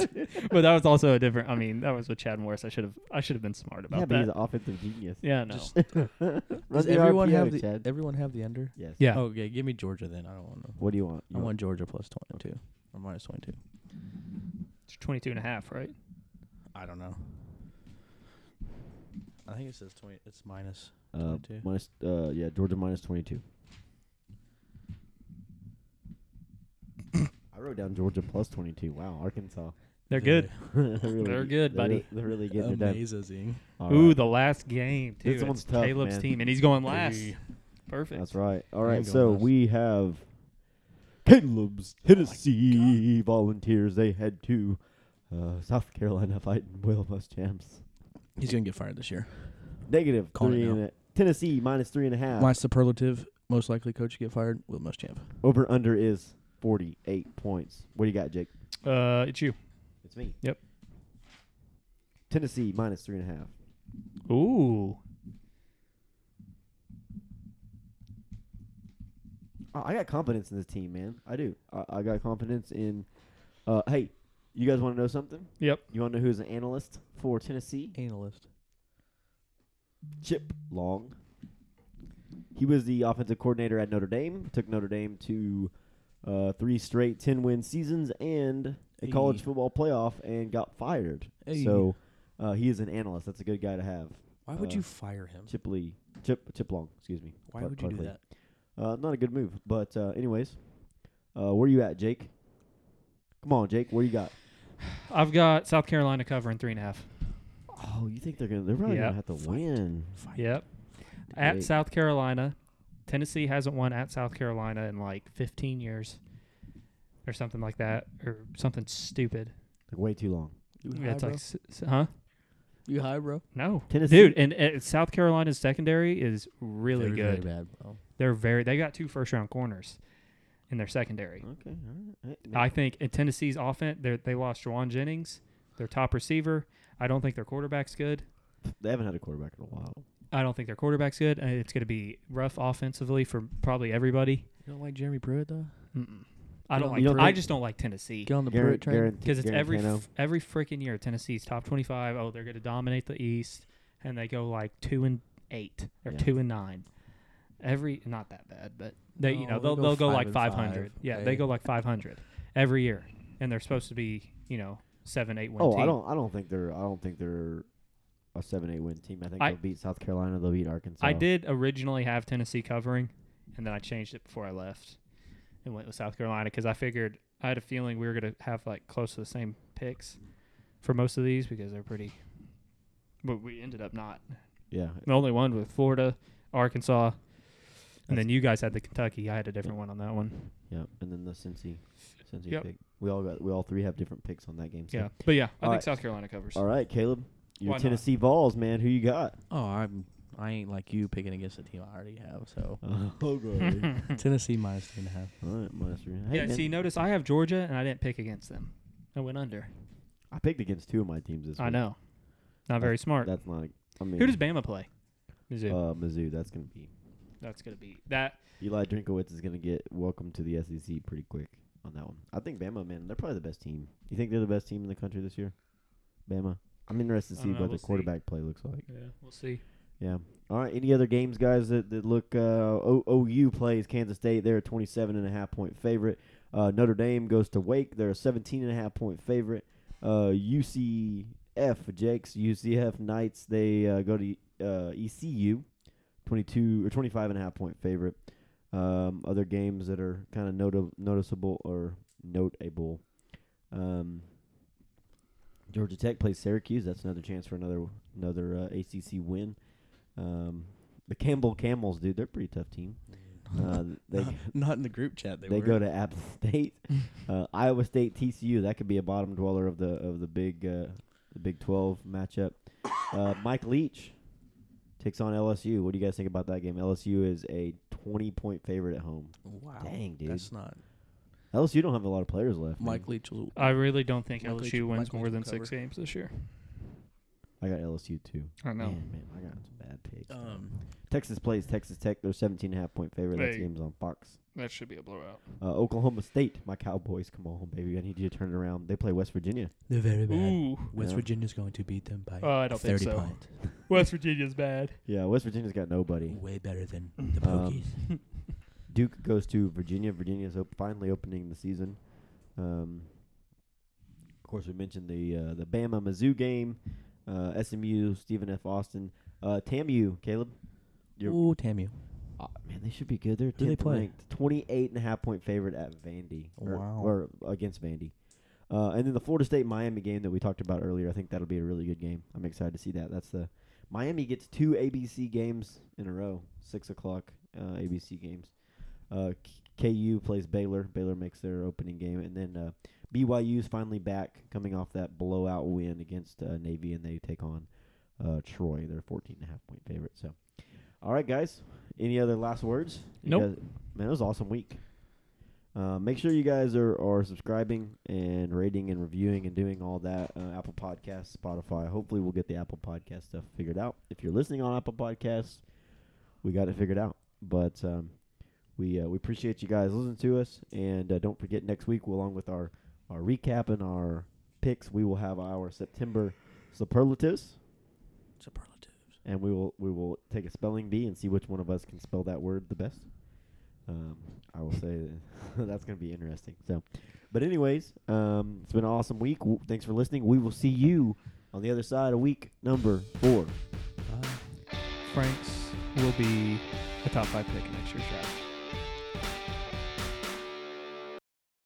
A: but that was also a different. I mean, that was with Chad Morris. I should have. I should have been smart
C: [LAUGHS] Yeah,
A: about
C: but he's
A: that.
C: an offensive genius.
A: Yeah, no.
B: Just-
C: [LAUGHS] Run
B: Does
C: the
B: everyone
C: RPO,
B: have the
C: Chad.
B: everyone have the under?
C: Yes.
A: yeah.
B: Oh, okay, give me Georgia then. I don't want to.
C: What do you want? You
B: I want Georgia plus twenty two or minus twenty two.
A: It's 22 and a half, right?
B: I don't know. I think it says twenty. It's minus.
C: uh,
B: 22.
C: minus. Uh, yeah, Georgia
B: [COUGHS]
C: minus 22. I wrote down Georgia plus 22. Wow, Arkansas. [LAUGHS]
A: They're good.
C: They're, really,
A: They're good, buddy.
C: They're really getting it done.
B: Amazing.
C: All
A: Ooh,
C: right.
A: the last game too.
C: This
A: It's
C: one's tough,
A: Caleb's
C: man.
A: team, and he's going last.
B: Hey.
A: Perfect.
C: That's right. All
B: I
C: right,
B: ain't going
C: so
B: last.
C: we have Caleb's
A: Oh
C: Tennessee Volunteers. They head to uh, South Carolina fighting [LAUGHS] Will Muschamps.
B: He's gonna get fired this year.
C: Negative
B: Calling it
C: three and a, Tennessee minus three and a half.
B: My superlative, most likely coach to get fired, Will Muschamp.
C: Over under is forty eight points. What do you got, Jake?
A: Uh, it's you.
C: It's me.
A: Yep.
C: Tennessee minus three and a half.
A: Ooh.
C: Oh, I got confidence in this team, man. I do. I, I got confidence in. Uh, hey, you guys want to know something?
A: Yep.
C: You want to know who's an analyst for Tennessee?
B: Analyst.
C: Chip Long. He was the offensive coordinator at Notre Dame. Took Notre Dame to uh, three straight ten-win seasons and a
B: Hey.
C: college football playoff, and got fired.
B: Hey.
C: So uh, he is an analyst. That's a good guy to have.
B: Why would
C: Uh,
B: you fire him?
C: Chip Lee, Chip Chip Long. Excuse me.
B: Why
C: Clark-
B: would you do
C: Clark Lee.
B: that?
C: Uh, not a good move. But uh, anyways, uh, where you at, Jake? Come on, Jake. What do you got?
A: I've got South Carolina covering three and a half.
C: Oh, you think they're gonna? They're probably
A: Yep.
C: gonna have to win.
B: Fired.
A: Yep. At
C: Great.
A: South Carolina, Tennessee hasn't won at South Carolina in like 15 years, or something like that, or something stupid.
C: Like way too long.
B: You
A: Yeah,
B: high,
A: it's
B: bro?
A: like, s- s- huh?
B: you high, bro?
A: No,
C: Tennessee-
A: dude. And uh, South Carolina's secondary is really
B: Very,
A: good.
B: Very bad, bro.
A: They're very. They got two first round corners in their secondary.
C: Okay. All right.
A: I think in Tennessee's offense, they they lost Jawan Jennings, their top receiver. I don't think their quarterback's good.
C: They haven't had a quarterback in a while.
A: I don't think their quarterback's good. and It's going to be rough offensively for probably everybody.
B: You don't like Jeremy Pruitt though?
A: Mm-mm. I don't
B: You don't-
A: like.
C: you don't
A: I
C: think-
A: just don't like Tennessee
B: Get on the Pruitt
C: Garrett-
B: train.
C: Garantano.
A: because it's every
C: Garantano.
A: f- every freaking year Tennessee's top twenty five. Oh, they're going to dominate the East, and they go like two and eight or
C: Yeah.
A: two and nine. Every not that bad, but they you
B: No,
A: know they'll
B: they
A: they'll
B: go
A: go
B: five
A: like
B: and
A: five
B: five,
A: hundred. Yeah,
B: okay.
A: they go like five hundred every year, and they're supposed to be you know seven eight one.
C: Oh,
A: team.
C: I don't. I don't think they're. I don't think they're a seven eight win team. I think
A: I-
C: they'll beat South Carolina. They'll beat Arkansas.
A: I did originally have Tennessee covering, and then I changed it before I left and went with South Carolina because I figured I had a feeling we were going to have like close to the same picks for most of these because they're pretty. But we ended up not.
C: Yeah.
A: The only one with Florida, Arkansas, and
C: That's-
A: then you guys had the Kentucky. I had a different one on that one.
C: Yeah. And then the Cincy, Cincy
A: Yep.
C: pick. We all got. We all three have different picks on that game. So.
A: Yeah, but yeah, I
C: All
A: think
C: right.
A: South Carolina covers.
C: All right, Caleb. Your
A: Why not?
C: Tennessee Vols, man. Who you got? [LAUGHS]
B: Oh, I'm. I ain't like you picking against the team I already have. So
C: Oh,
B: [LAUGHS]
C: God.
B: Tennessee minus three and a half.
C: all right, minus three. Hey,
A: yeah,
C: man.
A: see, notice I have Georgia and I didn't pick against them. I I went under.
C: I picked against two of my teams this week.
A: I know. Not very smart.
C: That's not. I mean,
A: Who does Bama play? Mizzou.
C: uh, Mizzou? That's gonna be
A: That's gonna be that.
C: Eli Drinkowitz is gonna get welcome to the SEC pretty quick on that one. I think Bama, man, they're probably the best team. You think they're the best team in the country this year? Bama. I'm interested to
A: I
C: see
A: don't know,
C: what
A: Uh, we'll
C: the
A: see.
C: quarterback play looks like.
A: Yeah, we'll see.
C: Yeah. All right. Any other games, guys, that, that look uh, o- OU plays Kansas State. They're a 27 and a half point favorite. Uh, Notre Dame goes to Wake. They're a 17 and a half point favorite. Uh, UCF Jake's UCF Knights. They uh, go to uh, ECU, 22 or 25 and a half point favorite. Um, other games that are kind of nota- noticeable or notable. Um, Georgia Tech plays Syracuse. That's another chance for another another uh, ACC win. Um, the Campbell Camels, dude, they're a pretty tough team. Uh, they
B: not, not in the group chat. They,
C: they
B: were.
C: go to App State, uh, Iowa State, TCU. That could be a bottom dweller of the of the big uh, the Big Twelve matchup. Uh, Mike Leach takes on LSU. What do you guys think about that game? LSU is a twenty point favorite at home.
B: Wow,
C: Dang, dude,
B: that's not
C: LSU don't have a lot of players left. man.
B: Mike Leach. will-
A: I really don't think
B: Mike
A: LSU
B: Leach-
A: wins
B: Mike
A: more
B: Leach
A: than
B: will
A: six games this year.
C: I got LSU too.
A: I know.
C: Man, man, I got some bad picks.
B: Um,
C: Texas plays Texas Tech. They're 17 and a half point favorite. That
A: Hey.
C: game's on Fox.
A: That should be a blowout.
C: Uh, Oklahoma State, my Cowboys, come on, baby. I need you to turn it around. They play West Virginia.
B: they're very bad.
A: Ooh,
B: West
C: Yeah.
B: Virginia's going to beat them by
A: Oh, I don't think
B: thirty
A: so.
B: points.
A: West Virginia's bad.
C: Yeah, West Virginia's got nobody.
B: Way better than the
C: Um,
B: Pokies.
C: Duke goes to Virginia. Virginia's op- finally opening the season. Um, of course, we mentioned the uh, the Bama Mizzou game, uh, SMU, Stephen F. Austin, uh, TAMU, Caleb. you're-
B: Ooh, Tamu.
C: Uh, man, they should be good. They're
B: Who they
C: 10th
B: play?
C: ranked, 28 and a half point favorite at Vandy. or-
B: Wow.
C: Or, against Vandy. Uh, and then the Florida State Miami game that we talked about earlier. I think that'll be a really good game. I'm excited to see that. That's the Miami gets two ABC games in a row, six o'clock uh, ABC games. Uh, K- KU plays Baylor. Baylor makes their opening game, and then uh, BYU's finally back, coming off that blowout win against uh, Navy, and they take on uh, Troy. They're 14 and a half point favorite. So, all right, guys. Any other last words? You
A: Nope.
C: guys- man, it was an awesome week. Uh, make sure you guys are, are subscribing and rating and reviewing and doing all that. Uh, Apple Podcasts, Spotify. Hopefully, we'll get the Apple Podcast stuff figured out. If you're listening on Apple Podcasts, we got it figured out. But um, we uh, we appreciate you guys listening to us, and uh, don't forget next week, along with our our recap and our picks, we will have our September superlatives
B: Superlative.
C: and we will we will take a spelling bee and see which one of us can spell that word the best. Um, I will say that [LAUGHS] that's going to be interesting. So, but anyways, um, it's been an awesome week. W- thanks for listening. We will see you on the other side of week number four.
B: Bye.
A: Franks will be a top five pick in next year's draft.